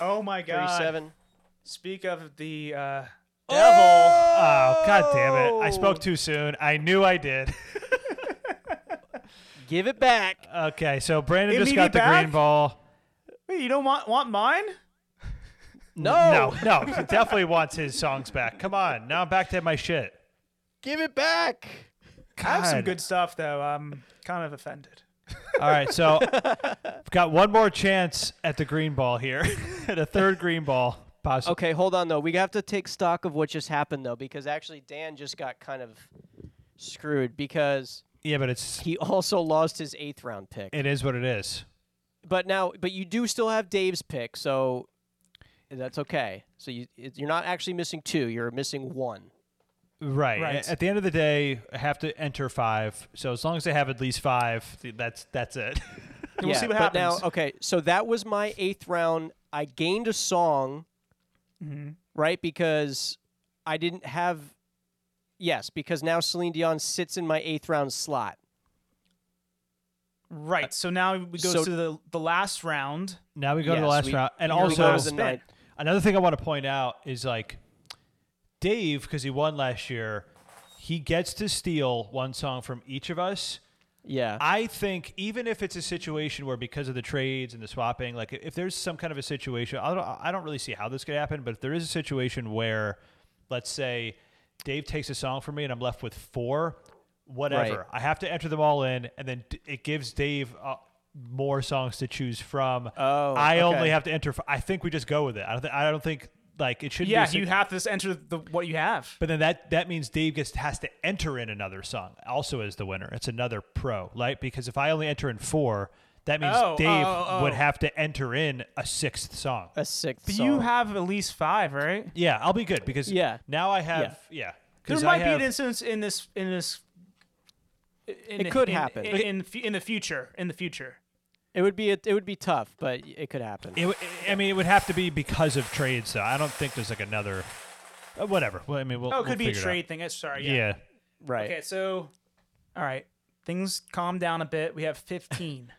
Speaker 2: Oh my god.
Speaker 1: 37.
Speaker 2: Speak of the uh devil.
Speaker 3: Oh, god damn it! I spoke too soon. I knew I did.
Speaker 1: Give it back.
Speaker 3: Okay, so Brandon just
Speaker 2: Immediate
Speaker 3: got the
Speaker 2: back?
Speaker 3: green ball.
Speaker 2: Wait, you don't want want mine?
Speaker 1: No.
Speaker 3: no, no. He definitely wants his songs back. Come on, now I'm back to my shit.
Speaker 1: Give it back.
Speaker 2: I have some
Speaker 3: God.
Speaker 2: good stuff though. I'm kind of offended.
Speaker 3: All right, so I've got one more chance at the green ball here, at a third green ball, possibly.
Speaker 1: Okay, hold on though. We have to take stock of what just happened though, because actually Dan just got kind of screwed because
Speaker 3: Yeah, but it's
Speaker 1: he also lost his eighth round pick.
Speaker 3: it is what it is.
Speaker 1: but now, but you do still have Dave's pick, so that's okay. So you it- you're not actually missing two. You're missing one.
Speaker 3: Right.
Speaker 2: Right.
Speaker 3: At the end of the day, I have to enter five. So as long as I have at least five, th- that's that's it.
Speaker 2: We'll
Speaker 1: yeah,
Speaker 2: see what
Speaker 1: but
Speaker 2: happens.
Speaker 1: Now, okay, so that was my eighth round. I gained a song, right? Because I didn't have. Yes, because now Celine Dion sits in my eighth round slot.
Speaker 2: Right. So now we go
Speaker 1: So-
Speaker 2: to the the last round.
Speaker 3: now we go to
Speaker 1: Yes,
Speaker 3: the last
Speaker 1: we-
Speaker 3: round, and
Speaker 1: here we
Speaker 3: also
Speaker 1: go to the ninth.
Speaker 3: Another thing I want to point out is like Dave, because he won last year, he gets to steal one song from each of us.
Speaker 1: Yeah.
Speaker 3: I think even if it's a situation where because of the trades and the swapping, like if there's some kind of a situation, I don't, I don't really see how this could happen, but if there is a situation where, let's say, Dave takes a song from me and I'm left with four, whatever,
Speaker 1: Right.
Speaker 3: I have to enter them all in, and then d- it gives Dave. Uh, more songs to choose from.
Speaker 1: Oh,
Speaker 3: I
Speaker 1: okay.
Speaker 3: only have to enter. f- I think we just go with it. I don't. Th- I don't think like it should.
Speaker 2: Yeah,
Speaker 3: be a,
Speaker 2: you have to just enter the what you have.
Speaker 3: but then that that means Dave gets has to enter in another song also as the winner. It's another pro, right? Because if I only enter in four, that means
Speaker 2: Oh,
Speaker 3: Dave
Speaker 2: oh, oh, oh.
Speaker 3: would have to enter in a sixth song.
Speaker 1: a sixth
Speaker 2: But
Speaker 1: song.
Speaker 2: you have at least five, right?
Speaker 3: Yeah, I'll be good because
Speaker 1: Yeah.
Speaker 3: now I have yeah.
Speaker 2: There
Speaker 3: 'Cause I
Speaker 2: might be
Speaker 3: have-
Speaker 2: an instance in this in this. In,
Speaker 1: It could
Speaker 2: in-
Speaker 1: happen.
Speaker 2: in, in, in the future. In the future.
Speaker 1: it would be a, it would be tough, but it could happen.
Speaker 3: It, w- I mean, it would have to be because of trades, though. I don't think there's like another. uh, whatever. Well, I mean, we'll.
Speaker 2: Oh, it
Speaker 3: we'll
Speaker 2: could be a
Speaker 3: figure out.
Speaker 2: trade thing. That's sorry.
Speaker 3: Yeah.
Speaker 1: right.
Speaker 2: Okay, so all right. Things calm down a bit. We have 15.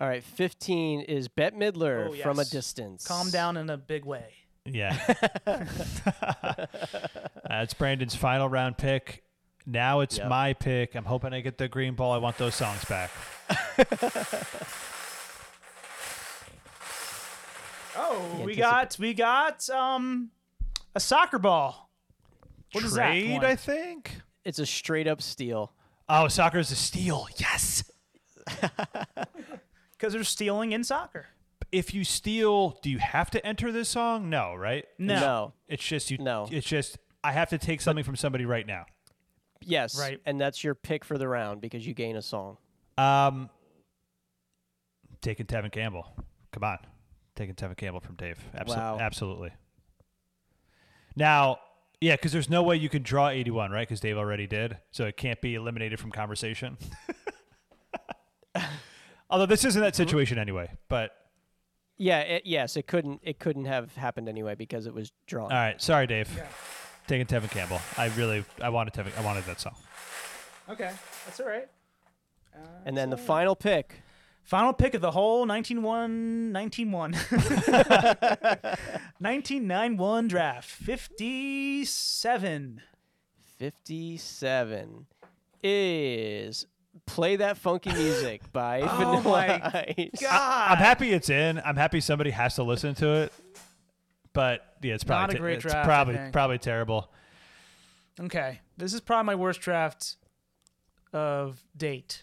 Speaker 1: All right, 15 is Bette Midler
Speaker 2: Oh,
Speaker 1: from a
Speaker 2: yes.
Speaker 1: distance.
Speaker 2: Calm down in a big way.
Speaker 3: Yeah. That's Brandon's final round pick. Now it's
Speaker 1: Yep.
Speaker 3: my pick. I'm hoping I get the green ball. I want those songs back.
Speaker 2: Oh, we
Speaker 1: anticipate-
Speaker 2: got we got um a soccer ball. What is that
Speaker 3: Trade,
Speaker 2: one?
Speaker 3: I think.
Speaker 1: It's a straight up steal.
Speaker 3: Oh, soccer is a steal. Yes.
Speaker 2: Because they're stealing in soccer.
Speaker 3: If you steal, do you have to enter this song? No, right?
Speaker 2: No.
Speaker 3: It's just you.
Speaker 1: No.
Speaker 3: It's just I have to take something from somebody right now.
Speaker 1: Yes.
Speaker 2: Right.
Speaker 1: And that's your pick for the round because you gain a song.
Speaker 3: Um, taking Tevin Campbell. Come on, taking Tevin Campbell from Dave. Absolutely,
Speaker 1: Wow.
Speaker 3: absolutely. Now, yeah, because there's no way you can draw 81, right? Because Dave already did, so it can't be eliminated from conversation. Although this isn't that situation anyway. But
Speaker 1: Yeah, it, yes, it couldn't it couldn't have happened anyway because it was drawn.
Speaker 3: all right, sorry, Dave. Taking Tevin Campbell. I really, I wanted Tevin. I wanted that song.
Speaker 2: Okay, that's all right.
Speaker 1: and then the final pick.
Speaker 2: Final pick of the whole 19-1, 19-1. 1991 draft. 57.
Speaker 1: 57 is Play That Funky Music by
Speaker 2: Oh
Speaker 1: Vanilla
Speaker 2: my
Speaker 1: Ice.
Speaker 2: God.
Speaker 3: I'm happy it's in. I'm happy somebody has to listen to it. But yeah, it's
Speaker 2: Not
Speaker 3: probably
Speaker 2: a
Speaker 3: te-
Speaker 2: great
Speaker 3: it's
Speaker 2: draft, I
Speaker 3: probably
Speaker 2: think.
Speaker 3: probably terrible.
Speaker 2: Okay. This is probably my worst draft of date.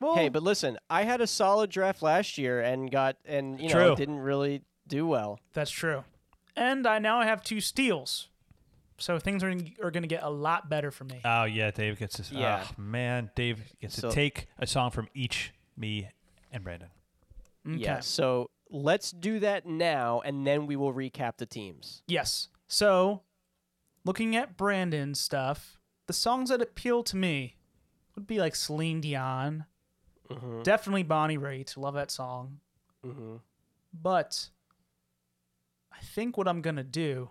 Speaker 2: Well,
Speaker 1: Hey, but listen, I had a solid draft last year and got and you know
Speaker 3: True.
Speaker 1: didn't really do well.
Speaker 2: that's true. And I now have two steals. So things are, are going to get a lot better for me.
Speaker 3: Oh yeah, Dave gets this.
Speaker 1: Yeah.
Speaker 3: Oh, man, Dave gets
Speaker 1: So-
Speaker 3: to take a song from each me and Brandon.
Speaker 2: Okay.
Speaker 1: Yeah. So let's do that now, and then we will recap the teams.
Speaker 2: Yes. So, looking at Brandon's stuff, the songs that appeal to me would be like Celine Dion,
Speaker 3: Mm-hmm.
Speaker 2: definitely Bonnie Raitt. Love that song.
Speaker 1: Mhm.
Speaker 2: But I think what I'm gonna do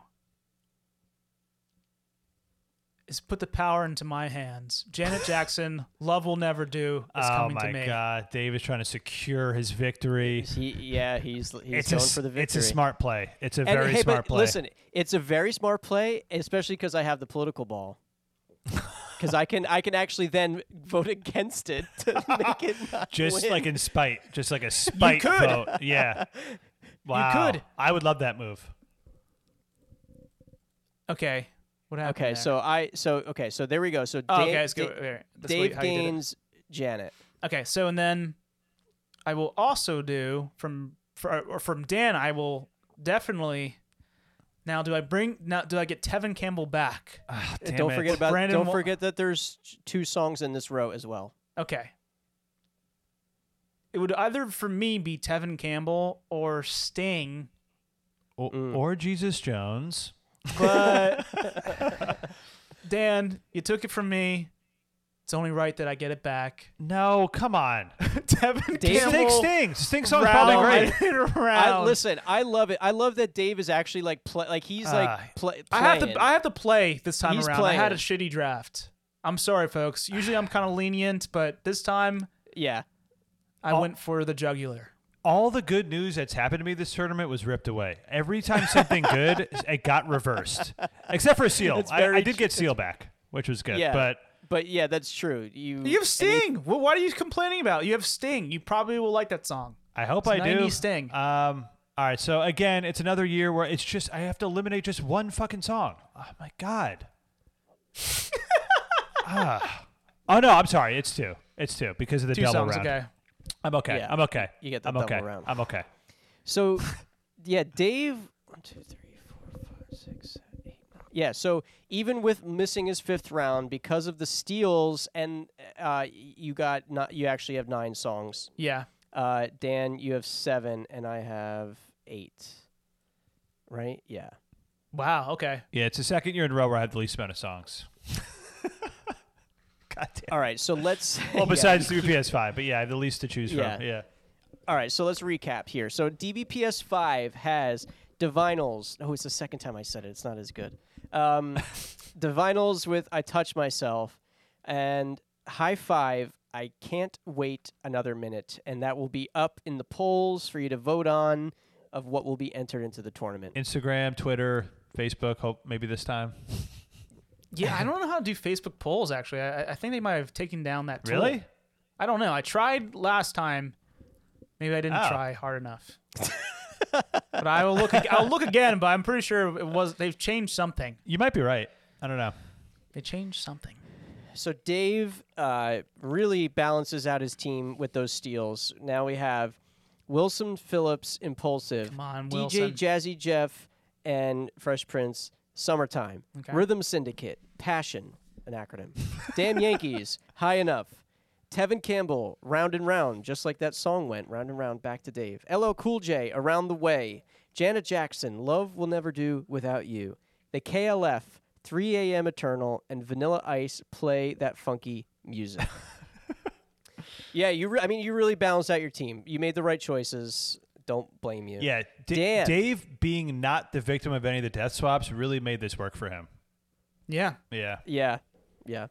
Speaker 2: is put the power into my hands. Janet Jackson, "Love Will Never Do" is
Speaker 3: oh
Speaker 2: coming
Speaker 3: my
Speaker 2: to me.
Speaker 3: God, Dave is trying to secure his victory.
Speaker 1: He, yeah, he's he's
Speaker 3: It's a,
Speaker 1: going
Speaker 3: s-
Speaker 1: for the victory.
Speaker 3: it's a smart play. It's a
Speaker 1: and,
Speaker 3: very
Speaker 1: hey,
Speaker 3: smart
Speaker 1: but
Speaker 3: play.
Speaker 1: Listen, it's a very smart play, especially because I have the political ball. Because I can I can actually then vote against it to make it not
Speaker 3: just
Speaker 1: win.
Speaker 3: like in spite, just like a spite
Speaker 2: could.
Speaker 3: vote. Yeah. Wow.
Speaker 2: could.
Speaker 3: I would love that move.
Speaker 2: Okay. What happened?
Speaker 1: okay,
Speaker 2: there?
Speaker 1: so I so okay, so there we go. So
Speaker 2: oh,
Speaker 1: Dave,
Speaker 2: okay, let's go.
Speaker 1: Da-
Speaker 2: wait, wait, that's what-
Speaker 1: Dave
Speaker 2: how you did it.
Speaker 1: gains Janet.
Speaker 2: Okay, so and then I will also do from for, or from Dan. I will definitely. Now, do I bring now? Do I get Tevin Campbell back?
Speaker 3: Ah, damn
Speaker 1: don't
Speaker 3: it.
Speaker 1: forget about
Speaker 2: Brandon
Speaker 1: don't
Speaker 2: Wa-
Speaker 1: forget that there's two songs in this row as well.
Speaker 2: Okay. It would either for me be Tevin Campbell or Sting,
Speaker 3: O-
Speaker 1: Mm.
Speaker 3: or Jesus Jones.
Speaker 2: but Dan, you took it from me. It's only right that I get it back.
Speaker 3: No, come on.
Speaker 2: Tevin
Speaker 1: Dave-
Speaker 3: Sting,
Speaker 2: Campbell.
Speaker 3: Sting, Sting song's probably
Speaker 2: Round
Speaker 3: great.
Speaker 2: and
Speaker 1: I,
Speaker 2: round.
Speaker 1: listen, I love it. I love that Dave is actually like play, like he's
Speaker 3: Ah.
Speaker 1: like play,
Speaker 2: I
Speaker 1: playing.
Speaker 2: have to I have to play this time
Speaker 1: He's
Speaker 2: around. I had a
Speaker 1: playing.
Speaker 2: shitty draft. I'm sorry, folks. Usually I'm kind of lenient, but this time
Speaker 1: yeah.
Speaker 2: I
Speaker 3: Oh.
Speaker 2: went for the jugular.
Speaker 3: all the good news that's happened to me this tournament was ripped away. Every time something good, it got reversed, except for Seal. I,
Speaker 1: very
Speaker 3: I did get Seal back, which was good.
Speaker 1: Yeah.
Speaker 3: But
Speaker 1: But yeah, that's true. You
Speaker 2: You have
Speaker 1: and
Speaker 2: Sting. Well, what are you complaining about? You have Sting. You probably will like that song.
Speaker 3: I hope I do.
Speaker 2: 90 Sting.
Speaker 3: Um. All right. So again, it's another year where it's just I have to eliminate just one fucking song. Oh my god. Ah. Oh no, I'm sorry. It's two. It's two because of the
Speaker 2: Two
Speaker 3: double
Speaker 2: songs,
Speaker 3: round.
Speaker 2: okay.
Speaker 3: I'm okay.
Speaker 1: Yeah.
Speaker 3: I'm okay.
Speaker 1: You get the
Speaker 3: I'm
Speaker 1: double
Speaker 3: okay.
Speaker 1: round.
Speaker 3: I'm okay.
Speaker 1: So, yeah, Dave. One, two, three, four, five, six, seven, eight, nine. Yeah. So even with missing his fifth round because of the steals, and uh, you got not you actually have nine songs.
Speaker 2: Yeah.
Speaker 1: Uh, Dan, you have seven, and I have eight. Right? Yeah.
Speaker 2: Wow. Okay.
Speaker 3: Yeah, it's the second year in a row where I have the least amount of songs. god damn.
Speaker 1: All right. So let's.
Speaker 3: Well,
Speaker 1: yeah.
Speaker 3: besides the PS5, but yeah, I have the least to choose
Speaker 1: Yeah.
Speaker 3: from. Yeah.
Speaker 1: All right, so let's recap here. So DBPS5 has Divinals. Oh, it's the second time I said it. It's not as good. Um, Divinals with I Touch Myself and High Five. I can't wait another minute, and that will be up in the polls for you to vote on of what will be entered into the tournament.
Speaker 3: Instagram, Twitter, Facebook. Hope maybe this time.
Speaker 2: Yeah, I don't know how to do Facebook polls. Actually, I, I think they might have taken down that. tool.
Speaker 3: Really?
Speaker 2: I don't know. I tried last time. Maybe I didn't
Speaker 3: Oh.
Speaker 2: try hard enough. but I will look. ag- I'll look again. But I'm pretty sure it was. They've changed something.
Speaker 3: You might be right. I don't know.
Speaker 2: They changed something.
Speaker 1: So Dave uh, really balances out his team with those steals. Now we have Wilson Phillips, Impulsive,
Speaker 2: Come on,
Speaker 1: DJ
Speaker 2: Wilson.
Speaker 1: Jazzy Jeff, and Fresh Prince, Summertime,
Speaker 2: Okay.
Speaker 1: Rhythm Syndicate, Passion, an acronym, Damn Yankees, High Enough, Tevin Campbell, Round and Round, just like that song went, Round and Round, back to Dave, LL Cool J, Around the Way, Janet Jackson, Love Will Never Do Without You, The KLF, 3 AM Eternal, and Vanilla Ice, Play That Funky Music. yeah, you. Re- I mean, you really balanced out your team. You made the right choices. Don't blame you.
Speaker 3: Yeah, D-
Speaker 1: Dan.
Speaker 3: Dave being not the victim of any of the death swaps really made this work for him.
Speaker 2: Yeah.
Speaker 3: Yeah.
Speaker 1: Yeah, yeah.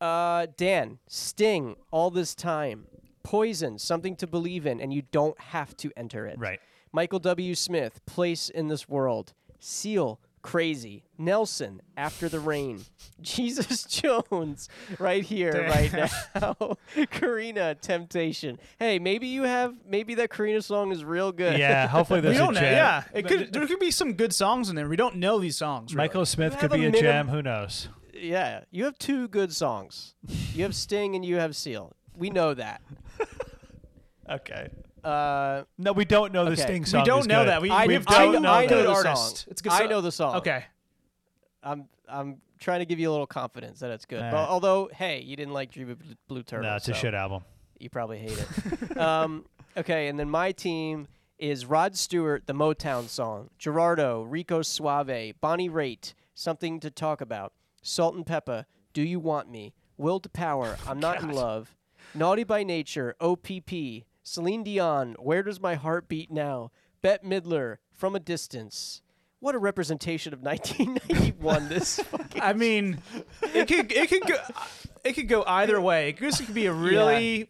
Speaker 1: Uh, Dan, Sting, all this time, Poison, something to believe in, and you don't have to enter it.
Speaker 3: Right.
Speaker 1: Michael W. Smith, Place in This World, Seal, Crazy, Nelson, After the Rain, Jesus Jones, right here, right now, Karina, Temptation. Hey, maybe you have, maybe that Karina song is real good.
Speaker 3: Yeah. Hopefully
Speaker 2: We
Speaker 3: there's
Speaker 2: don't know.
Speaker 3: a jam.
Speaker 2: Yeah, it
Speaker 3: But
Speaker 2: could. There could be some good songs in there. We don't know these songs. really.
Speaker 3: Michael Smith
Speaker 1: Have
Speaker 3: could
Speaker 1: a
Speaker 3: be a
Speaker 1: minimum-
Speaker 3: jam. Who knows?
Speaker 1: Yeah, you have two good songs. You have Sting and you have Seal. We know that.
Speaker 3: Okay.
Speaker 1: Uh,
Speaker 3: No, we don't know the
Speaker 1: Okay.
Speaker 3: Sting
Speaker 1: We
Speaker 3: song.
Speaker 2: We don't
Speaker 3: is
Speaker 2: know
Speaker 3: good.
Speaker 2: that. We,
Speaker 1: I
Speaker 2: we
Speaker 1: know- I
Speaker 2: don't
Speaker 1: know- I know
Speaker 2: good
Speaker 1: the
Speaker 2: artist.
Speaker 1: song.
Speaker 2: It's a good.
Speaker 1: I
Speaker 2: song.
Speaker 1: know the song.
Speaker 2: Okay.
Speaker 1: I'm I'm trying to give you a little confidence that it's good.
Speaker 3: All
Speaker 1: But
Speaker 3: right.
Speaker 1: although, hey, you didn't like Dream of Bl- Blue Turtle.
Speaker 3: No, it's a
Speaker 1: so
Speaker 3: shit album.
Speaker 1: You probably hate it. um, okay, and then my team is Rod Stewart, the Motown song, Gerardo, Rico Suave, Bonnie Raitt, Something to Talk About, Salt and Peppa, Do You Want Me, Will to Power, I'm Not in Love, Naughty by Nature, OPP, Celine Dion, Where Does My Heart Beat Now, Bette Midler, From a Distance. What a representation of 1991 this fucking
Speaker 2: I mean, it could it could go it could go either way. It could, this could be a really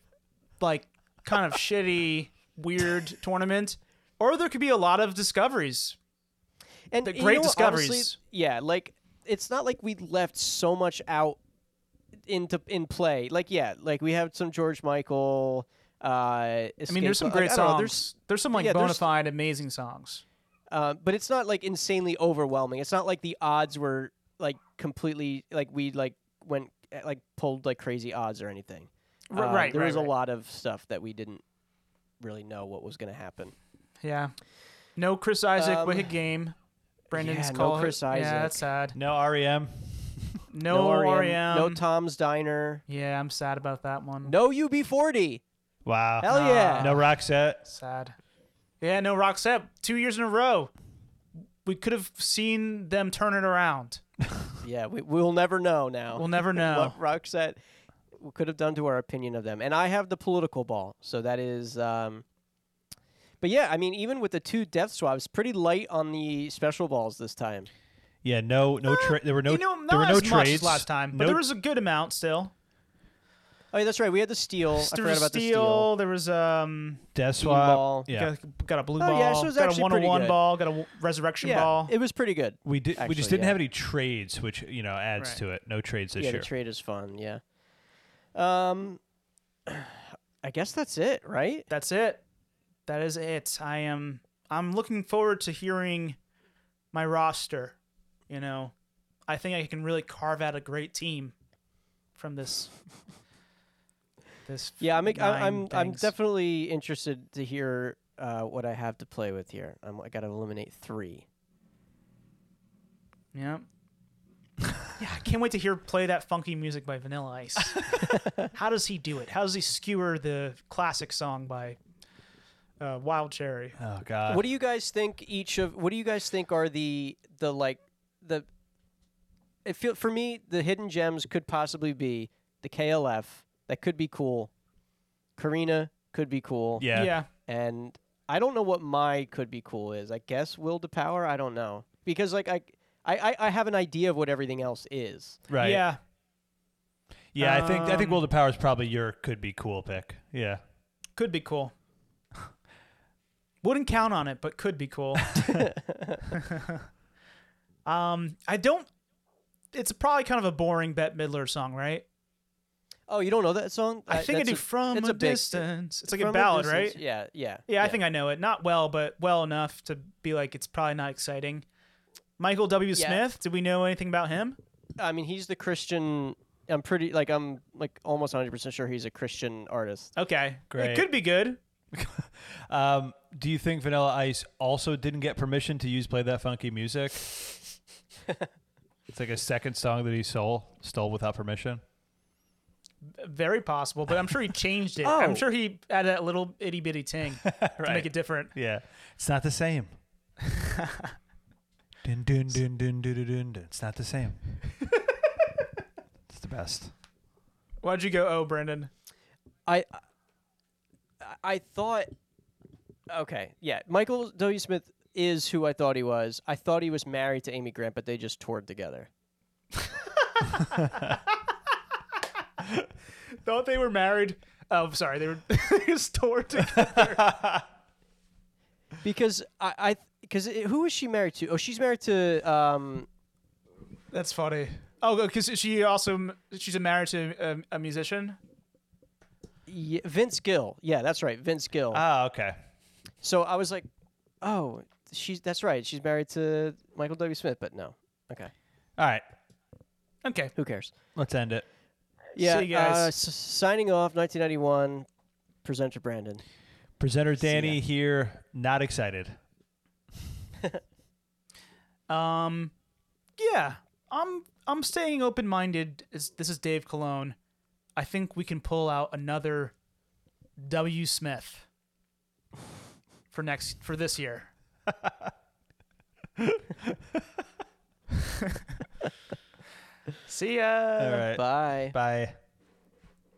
Speaker 2: like kind of shitty, weird tournament, or there could be a lot of discoveries.
Speaker 1: and
Speaker 2: The
Speaker 1: you
Speaker 2: great
Speaker 1: know what, honestly,
Speaker 2: discoveries.
Speaker 1: yeah, like it's not like we left so much out into in play. Like yeah, like we have some George Michael. Uh, I
Speaker 2: I mean, there's some great songs. there's, some like
Speaker 1: yeah,
Speaker 2: bona
Speaker 1: there's-
Speaker 2: fide amazing songs.
Speaker 1: uh, but it's not like insanely overwhelming. It's not like the odds were like completely like we like went eh, like pulled like crazy odds or anything.
Speaker 2: R-
Speaker 1: Um,
Speaker 2: right,
Speaker 1: There
Speaker 2: right,
Speaker 1: was a
Speaker 2: right.
Speaker 1: lot of stuff that we didn't really know what was going to happen.
Speaker 2: Yeah. No Chris Isaac
Speaker 1: Um,
Speaker 2: wicked game. Brandon's
Speaker 1: yeah, no
Speaker 2: call.
Speaker 1: Chris
Speaker 2: Yeah,
Speaker 1: Isaac.
Speaker 2: that's sad.
Speaker 3: No E REM.
Speaker 2: No, E
Speaker 1: REM,
Speaker 2: REM.
Speaker 1: no Tom's Diner,
Speaker 2: yeah, I'm sad about that one.
Speaker 1: no UB40.
Speaker 3: Wow.
Speaker 1: Hell yeah!
Speaker 3: No Roxette.
Speaker 2: Sad. Yeah, no Roxette. Two years in a row. We could have seen them turn it around.
Speaker 1: Yeah, we, we'll never know now.
Speaker 2: We'll never know.
Speaker 1: what Roxette could have done to our opinion of them. And I have the political ball, so that is. Um, but yeah, I mean, even with the two death swabs, pretty light on the special balls this time.
Speaker 3: Yeah. No. No. Tra- there were no.
Speaker 2: you know, not
Speaker 3: there were no
Speaker 2: as much
Speaker 3: trades
Speaker 2: as last time, but
Speaker 3: No
Speaker 2: there was a good amount still.
Speaker 1: Oh, yeah, that's right. We had the steel. I
Speaker 2: there was
Speaker 1: forgot about the steel.
Speaker 2: steel. There was um,
Speaker 3: death swap.
Speaker 1: ball.
Speaker 3: Yeah.
Speaker 2: got, got a blue
Speaker 1: Oh,
Speaker 2: ball.
Speaker 1: yeah, so it was
Speaker 2: got a
Speaker 1: actually
Speaker 2: one
Speaker 1: pretty
Speaker 2: one
Speaker 1: good.
Speaker 2: ball. Got a w- resurrection
Speaker 1: Yeah,
Speaker 2: ball.
Speaker 1: it was pretty good.
Speaker 3: We did. we
Speaker 1: Actually,
Speaker 3: just didn't
Speaker 1: yeah.
Speaker 3: have any trades, which you know adds
Speaker 2: Right.
Speaker 3: to it. No trades this
Speaker 1: yeah,
Speaker 3: year.
Speaker 1: the trade is fun. Yeah. Um, I guess that's it, right?
Speaker 2: That's it. That is it. I am. I'm looking forward to hearing my roster. You know, I think I can really carve out a great team from this. this.
Speaker 1: Yeah, I'm. ex- I-
Speaker 2: nine
Speaker 1: I'm. I'm
Speaker 2: things.
Speaker 1: definitely interested to hear uh, what I have to play with here. I'm, I got to eliminate three.
Speaker 2: Yeah. yeah, I can't wait to hear play that funky music by Vanilla Ice. How does he do it? How does he skewer the classic song by uh, Wild Cherry?
Speaker 3: Oh
Speaker 2: Uh.
Speaker 3: God.
Speaker 1: what do you guys think each of what do you guys think are the the like the it feel for me the hidden gems could possibly be the KLF that could be cool Karina could be cool
Speaker 3: yeah.
Speaker 2: yeah.
Speaker 1: and I don't know what my could be cool is I guess will to power I don't know because like I I I- I have an idea of what everything else is
Speaker 3: Right.
Speaker 2: Yeah.
Speaker 3: Yeah, I think I think
Speaker 2: Um,
Speaker 3: Will to Power is probably your could be cool pick. Yeah.
Speaker 2: Could be cool. Wouldn't count on it, but could be cool. um, I don't. It's probably kind of a boring Bette Midler song, right?
Speaker 1: Oh, you don't know that song?
Speaker 2: I
Speaker 1: Uh,
Speaker 2: think I
Speaker 1: that's
Speaker 2: do.
Speaker 1: a-
Speaker 2: from
Speaker 1: that's
Speaker 2: a,
Speaker 1: a big-
Speaker 2: distance. It's like a
Speaker 1: From
Speaker 2: ballad,
Speaker 1: Distance.
Speaker 2: right?
Speaker 1: Yeah, yeah.
Speaker 2: Yeah, I think I know it. Not well, but well enough to be like it's probably not exciting. Michael W.
Speaker 1: Yeah.
Speaker 2: Smith. Do we know anything about him?
Speaker 1: I mean, he's the Christian. I'm pretty like I'm like almost 100 percent sure he's a Christian artist.
Speaker 2: Okay, It
Speaker 3: Great.
Speaker 2: could be good.
Speaker 3: Um, do you think Vanilla Ice also didn't get permission to use play that funky music? it's like a second song that he stole stole without permission.
Speaker 2: Very possible, but I'm sure he changed it.
Speaker 1: Oh.
Speaker 2: I'm sure he added that little itty bitty ting to make it different.
Speaker 3: Yeah, it's not the same. dun, dun, dun, dun, dun, dun, dun, dun. It's not the same. it's the best.
Speaker 2: Why'd you go? Oh, Brendan.
Speaker 1: I I- I thought okay, yeah. Michael W. Smith is who I thought he was. I thought he was married to Amy Grant, but they just toured together.
Speaker 2: Thought they were married. Oh, sorry, they were stored together.
Speaker 1: Because I I because who is she married to? Oh, she's married to um
Speaker 2: That's funny. Oh, because she also she's a married to a, a musician.
Speaker 1: Ye- Vince Gill. Yeah, that's right, Vince Gill.
Speaker 3: Ah, okay.
Speaker 1: so I was like, oh, she's that's right. She's married to Michael W. Smith, but no. Okay,
Speaker 3: All right,
Speaker 2: Okay,
Speaker 1: who cares?
Speaker 3: let's end it.
Speaker 1: Yeah,
Speaker 2: See you guys.
Speaker 1: Uh, s- signing off, 1991. Presenter Brandon.
Speaker 3: Presenter
Speaker 1: See ya.
Speaker 3: Danny here, not excited.
Speaker 2: Um, yeah, I'm I'm staying open minded. This is Dave Cologne. I think we can pull out another W. Smith for next for this year. See ya.
Speaker 3: All right,
Speaker 2: Uh,
Speaker 1: Bye.
Speaker 3: bye.